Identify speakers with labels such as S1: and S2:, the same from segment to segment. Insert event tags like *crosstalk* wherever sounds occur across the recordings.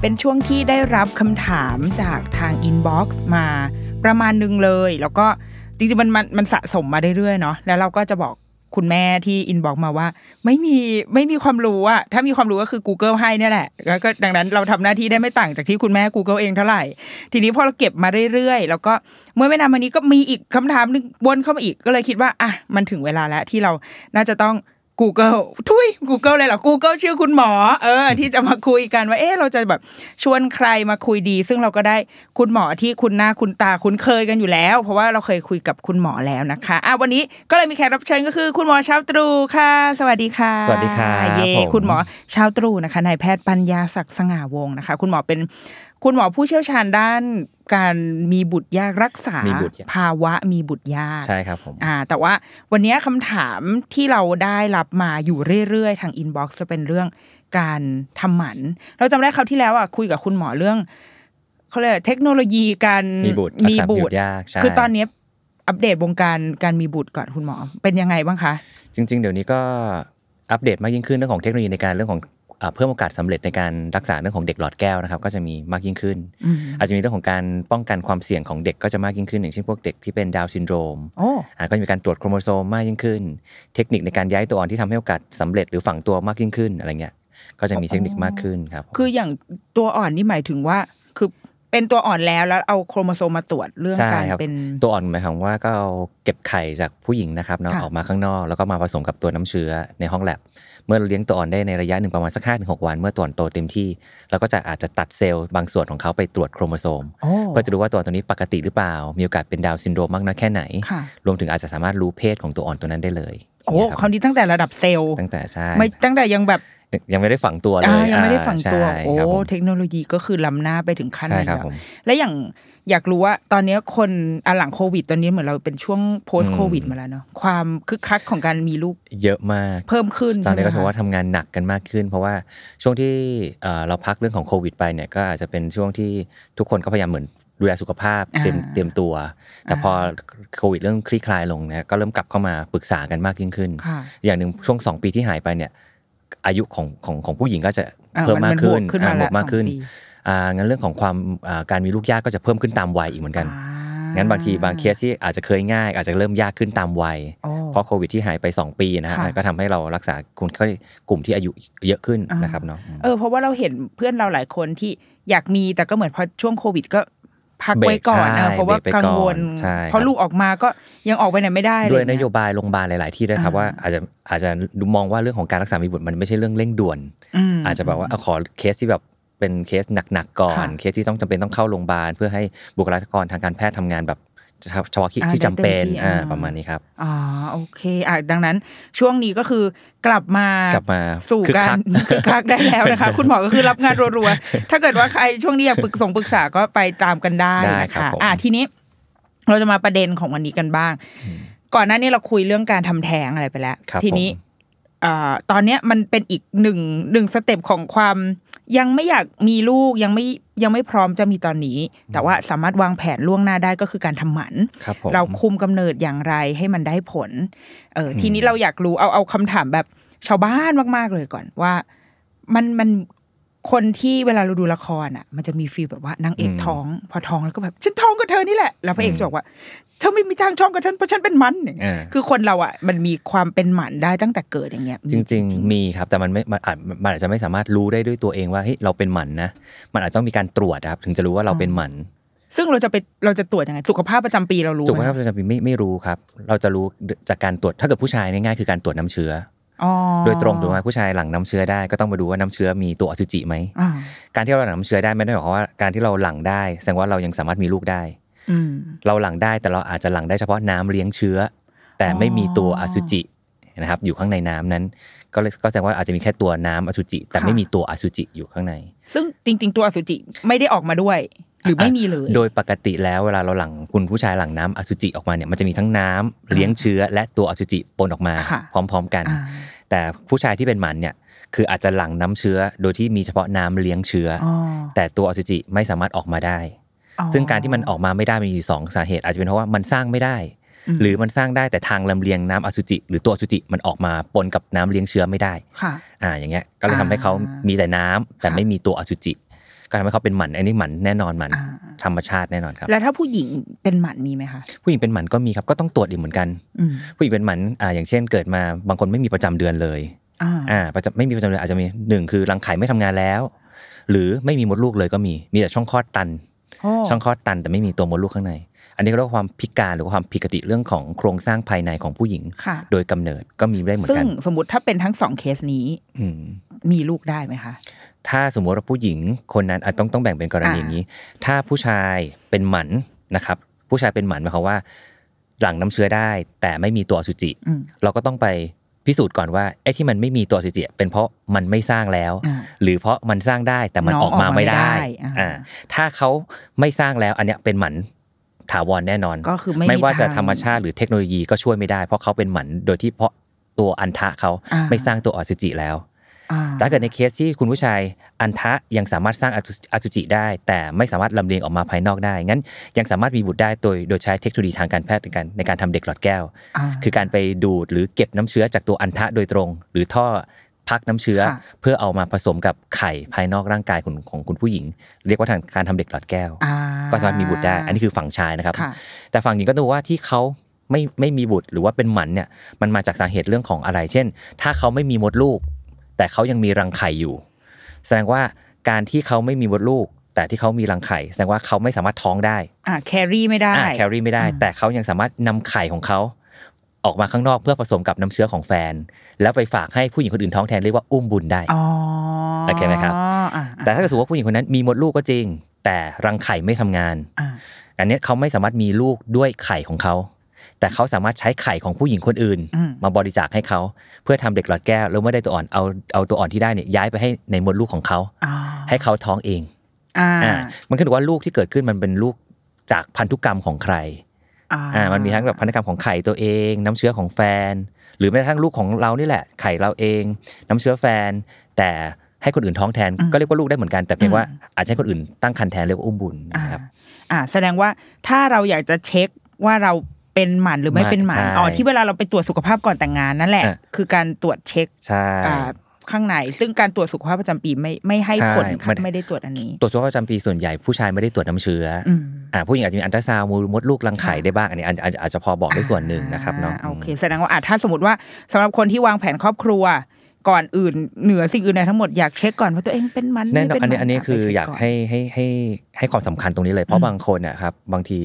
S1: เป็นช่วงที่ได้รับคำถามจากทางอินบ็อกซ์มาประมาณหนึงเลย แล้วก็จริงๆมันมันมันสะสมมาเรื่อยๆเนาะแล้วเราก็จะบอกคุณแม่ที่อินบ็อกซ์มาว่า ไม่มีไม่มีความรู้อะถ้ามีความรู้ก็คือ Google ให้เนี่ยแหละแล้วก็ดังนั้นเราทำหน้าที่ได้ไม่ต่างจากที่คุณแม่ Google เองเท่าไหร่ ทีนี้พอเราเก็บมาเรื่อยๆ แล้วก็เมื่อไม่นานมานี้ก็มีอีกคำถามหนึงวนเข้ามาอีกก็เลยคิดว่าอ่ะมันถึงเวลาแล้วที่เราน่าจะต้อง Google ทุย Google เลยเหรอ Google ชื่อคุณหมอ เออ ที่จะมาคุยกันว่า เอ๊ะเราจะแบบชวนใครมาคุยดี ซึ่งเราก็ได้คุณหมอที่คุณหน้าคุณตาคุณเคยกันอยู่แล้ว เพราะว่าเราเคยคุยกับคุณหมอแล้วนะคะอ่ะวันนี้ก็เลยมีแขกรับเชิญก็คือ คุณหมอเช้าตรู่ค่ะ สวัสดีค่ะ
S2: สวัสดีครับ
S1: เย่
S2: ผม
S1: คุณหมอ เช้าตรู่นะคะนายแพทย์ปัญญาศักดิ์สง่าวงศ์นะคะ คุณหมอเป็นคุณหมอผู้เชี่ยวชาญด้านการมีบุตรยากรักษา
S2: มีบุตรยาก
S1: ภาวะมีบุตรยาก
S2: ใช่ครับผม
S1: อ่าแต่ว่าวันนี้คำถามที่เราได้รับมาอยู่เรื่อยๆ ทางอินบ็อกซ์จะเป็นเรื่องการทำหมัน เราจำได้คราวที่แล้วอ่ะคุยกับคุณหมอเรื่องเขาเรียกอะไรเทคโนโลยีการ
S2: มีบุตร
S1: มี
S2: รักษา
S1: บุตร
S2: ยากใช่
S1: คือตอนนี้อัปเดตวงการการมีบุตรก่อนคุณหมอ เป็นยังไงบ้างคะ
S2: จริง ๆ เดี๋ยวนี้ก็อัปเดตมากยิ่งขึ้นเรื่องของเทคโนโลยีในการเรื่องของอ่าเพิ่มโอกาสสำเร็จในการรักษาเรื่องของเด็กหลอดแก้วนะครับก็จะมีมากยิ่งขึ้น อาจจะมีเรื่องของการป้องกันความเสี่ยงของเด็กก็จะมากยิ่งขึ้น อย่างเช่นพวกเด็กที่เป็นดาวน์ซินโดรม
S1: โอ้
S2: อ่าก็จะมีการตรวจโครโมโซมมากยิ่งขึ้น เทคนิคในการย้ายตัวอ่อนที่ทำให้โอกาสสำเร็จหรือฝังตัวมากยิ่งขึ้นอะไรเงี้ยก็จะมีเทคนิคมากขึ้นครับผม
S1: คืออย่างตัวอ่อนนี่หมายถึงว่า คือเป็นตัวอ่อนแล้วแล้วเอาโครโมโซมมาตรวจเรื่อง
S2: ใช่
S1: การ
S2: ครับ
S1: เป็น
S2: ตัวอ่อนหมายความว่าก็เอาเก็บไข่จากผู้หญิงนะครับเนาะ
S1: ค่ะ
S2: ออกมาข้างนอกแล้วก็มาผสมกับตัวน้ำเชื้อในห้องแลบ เมื่อเราเลี้ยงตัวอ่อนได้ในระยะหนึ่งประมาณสักห้าถึงหกวัน เมื่อตัวอ่อนโตเต็มที่เราก็จะอาจจะตัดเซลล์บางส่วนของเขาไปตรวจโครโมโซม
S1: โอ้
S2: เพื่อจะดูว่าตัวอ่อนตัวนี้ปกติหรือเปล่า มีโอกาสเป็นดาวน์ซินโดรมมากน้อยแค่ไหน
S1: ค่ะ
S2: รวมถึงอาจจะสามารถรู้เพศของตัวอ่อนตัวนั้นได้เลย
S1: โอ้
S2: ย่งเงี้ย
S1: ค
S2: ค
S1: ราว
S2: รับ
S1: นี้ตั้งแต่ระดับเซลล์
S2: ตั้งแต่ใช่
S1: ไม่ตั้งแต่ยังแบบ
S2: ยังไม่ได้ฝังตัวเลย
S1: อ่ายังไม่ได้ฝังตัว
S2: อ่าใช่
S1: โอ้
S2: ครับผม
S1: เทคโนโลยีก็คือล้ำหน้าไปถึงขั้น
S2: ใช่
S1: นี้
S2: ครับ
S1: แล้ว
S2: ผม
S1: และอย่างอยากรู้ว่าตอนเนี้ยคนอ่ะหลังโควิด ตอนนี้เหมือนเราเป็นช่วง post
S2: อืม
S1: covid มาแล้วเนาะความคึกคักของการมีลูก
S2: เยอะมาก
S1: เพิ่มขึ้น
S2: ตอนนี้
S1: ใช่
S2: ก็
S1: ไหม
S2: ถือว่า
S1: คะ
S2: ทำงานหนักกันมากขึ้น เพราะว่าช่วงที่เอ่อเราพักเรื่องของโควิดไปเนี่ยก็อาจจะเป็นช่วงที่ทุกคนก็พยายามเหมือนดูแลสุขภาพ
S1: อ่า
S2: เตรียมเตรียมตัว แต่
S1: อ่า
S2: พอโควิดเริ่มคลี่คลายลงเนี่ยก็เริ่มกลับเข้ามาปรึกษากันมากยิ่งขึ้น
S1: ค่ะ
S2: อย่างหนึ่งช่วงสองปีที่หายไปเนี่ยอายุของของของผู้หญิงก็จะ
S1: อ่า
S2: เพิ่ม
S1: มัน
S2: มากขึ้น
S1: มัน
S2: อ่บ
S1: บวกขึ้นมา
S2: วก
S1: ละ
S2: มากขึ้น
S1: สองปี
S2: อ่างั้นเรื่องของความอ่าการมีลูกยากก็จะเพิ่มขึ้นตามวัยอีกเหมือนกัน
S1: อ่า
S2: งั้นบางทีบางเคสที่อาจจะเคยง่าย อาจจะเริ่มยากขึ้นตามวัย
S1: โอ้
S2: เพราะโควิดที่หายไป 2 ปีนะฮะ
S1: ค่ะ
S2: ก็ทำให้เรารักษาคนไข้กลุ่มที่อายุเยอะขึ้น
S1: อ่าน
S2: นะครับเนาะ
S1: เออเพราะว่าเราเห็นเพื่อนเราหลายคนที่อยากมีแต่ก็เหมือนพอช่วงโควิดก็พักไว้ก่อนนะเพราะว่ากังวลเพ
S2: เพราะ
S1: ราะลูกออกมาก็ยังออกไปไหนไม่ได้เล
S2: ด้วยน
S1: เ
S2: โยบายโรงพยาบาลหลาย ๆ ที่ด้วยครับ
S1: อ่า
S2: ว่าอาจจะอาจจะมองว่าเรื่องของการรักษามีบุตรมันไม่ใช่เรื่องเร่งด่วน
S1: ม
S2: อาจจะแบบว่าเอาขอเคสที่แบบเป็นเคสหนัก ๆ ก่อน
S1: ค่ะ
S2: เคสที่ต้องจำเป็นต้องเข้าโรงพยาบาล เพื่อให้บุคลากรทางการแพทย์ทำงานแบบเฉพาะที่
S1: อ่า
S2: ที่จำเป็น
S1: ได้เต็มที่
S2: อ่า
S1: อ่า
S2: ประมาณนี้ครับ
S1: อ๋อโอเคอ่ะดังนั้นช่วงนี้ก็คือกลับมาก ก
S2: ลับมา
S1: สู่
S2: คึ
S1: การ
S2: คั
S1: คึกคักได้แล้วนะคะ คุณหมอก็คือรับงานรัวๆ ถ้าเกิดว่าใครช่วงนี้อยากปรึกสงปรึกษาก็ไปตามกันได้
S2: ได้
S1: นะ
S2: ครั
S1: คะ
S2: บผม
S1: อ่ะทีนี้เราจะมาประเด็นของวันนี้กันบ้าง ก่อนหน้านี้เราคุยเรื่องการทำแท้งอะไรไปแล้ว
S2: ครับ
S1: ทีนี้
S2: ผม
S1: อ่าตอนเนี้ยมันเป็นอีกหนึ่งหนึ่งสเต็ปของความยังไม่อยากมีลูกยังไม่ยังไม่พร้อมจะมีตอนนี้ แต่ว่าสามารถวางแผนล่วงหน้าได้ก็คือการทำหมัน
S2: ครับผม
S1: เราคุมกำเนิดอย่างไรให้มันได้ผล เออทีนี้เราอยากรู้เอาเอาคำถามแบบชาวบ้านมาก ๆ เลยก่อนว่ามันมันคนที่เวลาเราดูละครอ่ะ มันจะมีฟีลแบบว่านางเอก
S2: อืม
S1: ท้อง พอท้องแล้วก็แบบฉันท้องกับเธอนี่แหละแล้วพระเอกจะบอกว่าเธอไม่มีทางท้องกับฉันเพราะฉันเป็นมันอย่างเงี้ย
S2: อ่า
S1: คือคนเราอ่ะมันมีความเป็นหมันได้ตั้งแต่เกิดอย่างเงี้ย
S2: จริง ๆ มีครับ แต่มันไม่มันอาจมันอาจจะไม่สามารถรู้ได้ด้วยตัวเองว่าเฮ้ยเราเป็นหมันนะ มันอาจจะต้องมีการตรวจนะครับ ถึงจะรู้ว่าเราเป็นหมัน
S1: ซึ่งเราจะไปเราจะตรวจยังไงสุขภาพประจำปีเรารู้ไหม
S2: สุขภาพประจำปีไม่ไม่รู้ครับ เราจะรู้จากการตรวจถ้าเกิดผู้ชายเนี่ยง่ายคือการตรวจน้ำเชื้อ
S1: อ๋อ
S2: อโดยตรงถูกไหมผู้ชายหลั่งน้ำเชื้อได้ก็ต้องมาดูว่าน้ำเชื้อมีตัวอสุจิไหม
S1: อ่า
S2: การที่เราหลั่งน้ำเชื้อได้ไม่ได้หมายความว่าการที่เราหลั่งได้แสดงว่าเรายังสามารถมีลูกได้
S1: อืม
S2: เราหลั่งได้แต่เราอาจจะหลั่งได้เฉพาะน้ำเลี้ยงเชื้อ แต่ไม่มีตัวอสุจินะครับ อยู่ข้างในน้ำนั้นก็เลยก็แสดงว่าอาจจะมีแค่ตัวน้ำอสุจิ แต่
S1: ค่ะ
S2: ไม่มีตัวอสุจิอยู่ข้างใน
S1: ซึ่งจริง ๆ ตัวอสุจิไม่ได้ออกมาด้วย หรือไม่มีเลย
S2: โดยปกติแล้วเวลาเราหลังคุณผู้ชายหลังน้ำอสุจิออกมาเนี่ยมันจะมีทั้งน้ำเลี้ยงเชื้อ และตัวอสุจิปนออกมา
S1: ค่ะ
S2: พร้อม ๆกัน
S1: อ่า
S2: แต่ผู้ชายที่เป็นหมันเนี่ยคืออาจจะหลังน้ำเชื้อ โดยที่มีเฉพาะน้ำเลี้ยงเชื้ออ
S1: อ๋อ
S2: แต่ตัวอสุจิไม่สามารถออกมาได้
S1: อ๋อ
S2: ซึ่งการที่มันออกมาไม่ได้มีอยู่สองสาเหตุ อาจจะเป็นเพราะว่ามันสร้างไม่ได้ หรือมันสร้างได้แต่ทางลำเลียงน้ำอสุจิ หรือตัวอสุจิมันออกมาปนกับน้ำเลี้ยงเชื้อไม่ได้
S1: ค่ะ
S2: อ่าอย่างเงี้ยก็เลยทำให้เขา
S1: อ่ามี
S2: มีแต่น้ำแต่
S1: ค่ะ
S2: ไม่มีตัวอสุจิ ก็ทำให้เขาเป็นหมันอันนี้หมันแน่นอนหมัน
S1: อ่า
S2: ธรรมชาติแน่นอนครับ
S1: แล้วถ้าผู้หญิงเป็นหมันมีไหมคะ
S2: ผู้หญิงเป็นหมันก็มีครับก็ต้องตรวจอีกเหมือนกัน
S1: อืม
S2: ผู้หญิงเป็นหมันอ่าอย่างเช่นเกิดมาบางคนไม่มีประจำเดือนเลย
S1: อ่า
S2: อ่าประจำไม่มีประจำเดือนอาจจะมีหนึ่งคือรังไข่ไม่ทำงานแล้ว หรือไม่มีมดลูกเลยก็มีมีแต่ช่องคลอดตัน
S1: โอ้
S2: ช่องคลอดตันแต่ไม่มีตัวมดลูกข้างใน อันนี้ก็เรียกว่าความพิการหรือว่าความผิดปกติเรื่องของโครงสร้างภายในของผู้หญิง
S1: ค่ะ
S2: โดยกำเนิดก็มีได้เหมือน
S1: ซึ่ง
S2: กัน
S1: สมมติถ้าเป็นทั้งสองเคสนี้
S2: อืม
S1: มีลูกได้ไหมคะ
S2: ถ้าสมมติว่าผู้หญิงคนนั้นอ่ะต้องต้องแบ่งเป็นกรณี
S1: อ่า
S2: อย่างนี้ ถ้าผู้ชายเป็นหมันนะครับ ผู้ชายเป็นหมันหมายความว่า หลังน้ำเชื้อได้ แต่ไม่มีตัวอสุจิ
S1: อืม
S2: เราก็ต้องไปพิสูจน์ก่อนว่าไอ้ที่มันไม่มีตัวอสุจิเป็นเพราะมันไม่สร้างแล้ว
S1: อ่า
S2: หรือเพราะมันสร้างได้แต่มัน
S1: น้อง
S2: ออกมาไม่ได้
S1: ออกมาไม่ได้อ่า
S2: อ่าถ้าเขาไม่สร้างแล้วอันเนี้ยเป็นหมันถาวรแน่นอน
S1: ก็คือไม่
S2: ไม่ว่าจะ
S1: ทง
S2: ธรรมชาติหรือเทคโนโลยีก็ช่วยไม่ได้ เพราะเขาเป็นหมันโดยที่เพราะตัวอันทะเขา
S1: อ่า
S2: ไม่สร้างตัวอสุจิแล้ว
S1: อ่
S2: แต่ถ้าเกิดในเคสที่คุณผู้ชายอันทะยังสามารถสร้างอสุอสุจิได้ แต่ไม่สามารถลำเลียงออกมาภายนอกได้งั้นยังสามารถมีบุตรได้โดยโดยใช้เทคโนโลยีทางการแพทย์ในการในการทำเด็กหลอดแก้ว
S1: า
S2: คือการไปดูดหรือเก็บน้ำเชื้อจากตัวอันทะโดยตรง หรือท่อพักน้ำเชื้อ
S1: ค่ะ
S2: เพื่อเอามาผสมกับไข่ภายนอกร่างกายของของคุณผู้หญิง เรียกว่าทางการทำเด็กหลอดแก้ว
S1: อ่
S2: ก็สามารถมีบุตรได้ อันนี้คือฝั่งชายนะครับ
S1: ค่ะ
S2: แต่ฝั่งหญิงก็ต้องดูว่าที่เขาไม่ไม่มีบุตรหรือว่าเป็นหมันเนี่ยมันมาจากสาเหตุเรื่องของอะไร เช่น ถ้าเขาไม่มีมดลูก แต่เขายังมีรังไข่อยู่ แสดงว่าการที่เขาไม่มีมดลูก แต่ที่เขามีรังไข่แสดงว่าเขาไม่สามารถท้องได้
S1: อ่าแครี่ไม่ได้
S2: อ่าแครี่ไม่ได้ แต่เขายังสามารถนำไข่ของเขาออกมาข้างนอกเพื่อผสมกับน้ำเชื้อของแฟน แล้วไปฝากให้ผู้หญิงคนอื่นท้องแทนเรียกว่าอุ้มบุญได้
S1: อ๋อ
S2: โอเคไหมครับ
S1: อ่า
S2: แต่ถ้าเกิดสมมติว่าผู้หญิงคนนั้นมีมดลูกก็จริง แต่รังไข่ไม่ทำงาน
S1: อ่า
S2: อันเนี้ยเขาไม่สามารถมีลูกด้วยไข่ของเขา แต่เขาสามารถใช้ไข่ของผู้หญิงคนอื่น
S1: อืม
S2: มาบริจาคให้เขา เพื่อทำเด็กหลอดแก้วแล้วเมื่อได้ตัวอ่อนเอาเอาตัวอ่อนที่ได้เนี่ยย้ายไปให้ในมดลูกของเขา
S1: อ๋อ
S2: ให้เขาท้องเอง
S1: อ่า
S2: อ่ามันขึ้นอยู่ว่าลูกที่เกิดขึ้นมันเป็นลูกจากพันธุกรรมของใครอ่ามันมีทั้งแบบพันธุกรรมของไข่ตัวเอง น้ำเชื้อของแฟน หรือแม้กระทั่งลูกของเรานี่แหละ ไข่เราเอง น้ำเชื้อแฟน แต่ให้คนอื่นท้องแทนก็เรียกว่าลูกได้เหมือนกันแต่เพียงว่าอาจจะให้คนอื่นตั้งครรภ์แทนเรียกว่าอุ้มบุญ
S1: อ่า
S2: นะครับ
S1: อ่า แสดงว่าถ้าเราอยากจะเช็คว่าเราเป็นหมันหรือไม่เป็นหมัน
S2: ใช่
S1: อ๋อที่เวลาเราไปตรวจสุขภาพก่อนแต่งงานนั่นแหละ
S2: อ่ะ
S1: คือการตรวจเช็ค
S2: ใช่
S1: อ่าข้างใน ซึ่งการตรวจสุขภาพประจำปีไม่ไม่ให้ผล
S2: ใช่
S1: ค่ะ
S2: มัน
S1: ไม่ได้ตรวจอันนี้
S2: ตรวจสุขภาพประจำปีส่วนใหญ่ผู้ชายไม่ได้ตรวจน้ำเชื้ออ
S1: อืม
S2: อ่าผู้หญิงอาจจะมีอันตราซาวด์มดลูกรังไข่ได้บ้างอันนี้อาจอาจอาจจะพอบอกได้ส่วนหนึ่งนะครับเนาะ
S1: อ่โอเคแสดงว่าอาจถ้าสมมติว่าสำหรับคนที่วางแผนครอบครัว ก่อนอื่นเหนือสิ่งอื่นใดทั้งหมดอยากเช็คก่อนว่าตัวเองเป็นมัน
S2: แน่นอ
S1: ไม่
S2: นอั
S1: เป็
S2: นนี้อันนี้
S1: มั
S2: คือ
S1: ไปเช็
S2: อยาก
S1: น
S2: ให้ให้ให้ให้ความสำคัญตรงนี้เลย เพราะบางคนนะครับ บางที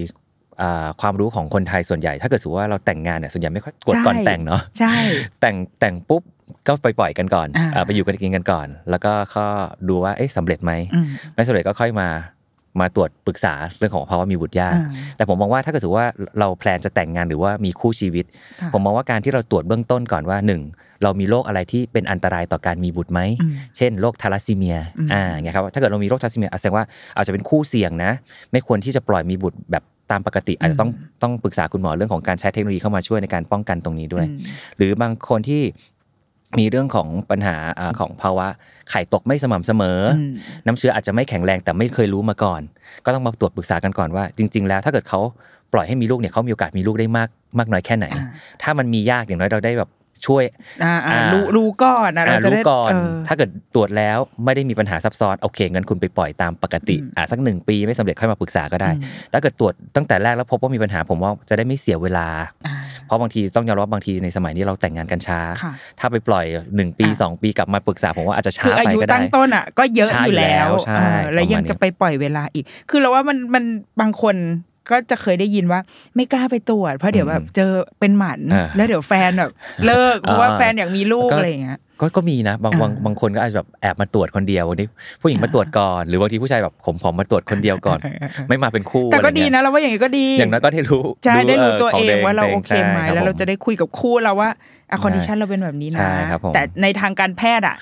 S2: อ่าความรู้ของคนไทยส่วนใหญ่ ถ้าเกิดสมมติว่าเราแต่งงานเนี่ยส่วนใหญ่ไม่ค่อยกด
S1: ใช่
S2: ก่อนแต่งเนาะ
S1: ใช่
S2: แต่งแต่งปุ๊บก็ไปปล่อยกันก่อน
S1: อ่า
S2: อ่าไปอยู่กันกินกันก่อน แล้วก็ก็ดูว่าเอ๊ะสำเร็จไหม
S1: อืม
S2: ไม่สำเร็จก็ค่อยมามาตรวจปรึกษาเรื่องของภาวะมีบุตรยาก
S1: อ่า
S2: แต่ผมมองว่าถ้าเกิดสมมุติว่าเราแพลนจะแต่งงานหรือว่ามีคู่ชีวิต
S1: ค่ะ
S2: ผมมองว่าการที่เราตรวจเบื้องต้นก่อนว่าหนึ่งเรามีโรคอะไรที่เป็นอันตรายต่อการมีบุตรไหม
S1: อืม
S2: เช่นโรคทาลัสซีเมีย อ่าไงครับถ้าเกิดเรามีโรคทาลัสซีเมียแสดงว่าอาจจะเป็นคู่เสี่ยงนะ ไม่ควรที่จะปล่อยมีบุตรแบบตามปกติ อาจจะต้องต้องปรึกษาคุณหมอเรื่องของการใช้เทคโนโลยีเข้ามาช่วยในการป้องกันตรงนี้ด้วย
S1: อืม
S2: หรือบางคนที่มีเรื่องของปัญหาอ่าของภาวะไข่ตกไม่สม่ำเสมออ
S1: ม
S2: น้ำเชื้ออาจจะไม่แข็งแรงแต่ไม่เคยรู้มาก่อน ก็ต้องมาตรวจปรึกษากันก่อนว่า จริง ๆ แล้วถ้าเกิดเขาปล่อยให้มีลูกเนี่ยเขามีโอกาสมีลูกได้มากมากน้อยแค่ไหน ถ้ามันมียากอย่างน้อยเราได้แบบช่วย
S1: อ่าอ่า
S2: อ่า
S1: รู้รู้ก่อนนะเรา
S2: อ่า
S1: จะ
S2: รู้
S1: ได้
S2: ก่อน
S1: เออ
S2: ถ้าเกิดตรวจแล้วไม่ได้มีปัญหาซับซ้อนโอเคงั้นคุณไปปล่อยตามปกติ
S1: อืม
S2: อ่าสักหนึ่งปีไม่สำเร็จค่อยมาปรึกษาก็ได้
S1: อืม
S2: ถ้าเกิดตรวจตั้งแต่แรกแล้วพบว่ามีปัญหาผมว่าจะได้ไม่เสียเวลา
S1: อ่า
S2: เพราะบางทีต้องยอมรับบางทีในสมัยนี้เราแต่งงานกันช้า
S1: ค่ะ
S2: ถ้าไปปล่อยหนึ่งปี
S1: อ่ะ
S2: สองปีกลับมาปรึกษาผมว่าอาจจะช้า
S1: คืออา
S2: ไป
S1: ยุ
S2: ก็ได้
S1: ตั้งต้นอ่ะ ก็เยอะ
S2: ใช่
S1: อยู่แล้ว
S2: ใช่
S1: เออแล้วยั
S2: ประมาณ
S1: ง
S2: นี้
S1: จะไปปล่อยเวลาอีก คือเราว่ามันมันบางคนก็จะเคยได้ยินว่า ไม่กล้าไปตรวจ เพราะเดี๋ยวแบบเจอเป็นหมัน แล้วเดี๋ยวแฟนแบบเลิกเพราะว่าแฟนอยากมีลูกอะไรอย่างเงี้ย
S2: ก็ก็มีนะบางบางบางคนก็อาจจะแบบแอบมาตรวจคนเดียววันนี้ผู้หญิงมาตรวจก่อนหรือบางทีผู้ชายแบบผมขอมาตรวจคนเดียวก่อน
S1: เออเออเออ
S2: ไม่มาเป็นคู่
S1: แต่ก็
S2: อไร
S1: ดี
S2: เงี้ย
S1: นะเราว่าอย่างงี้ก็ดี
S2: อย่างน้อยก็ได้รู้
S1: ใช่ได้รู้ตัว
S2: ข
S1: เอง
S2: ตัว
S1: ว่าเราโอเค
S2: ใช่
S1: ไหม
S2: บ
S1: แล้วเราจะ
S2: ผ
S1: ได้คุยกับคู่เราว่าคอนดิชันเราเป็นแบบนี้
S2: ใช่
S1: นะ
S2: ครับผม
S1: แต่ในทางการแพทย์อ่ะ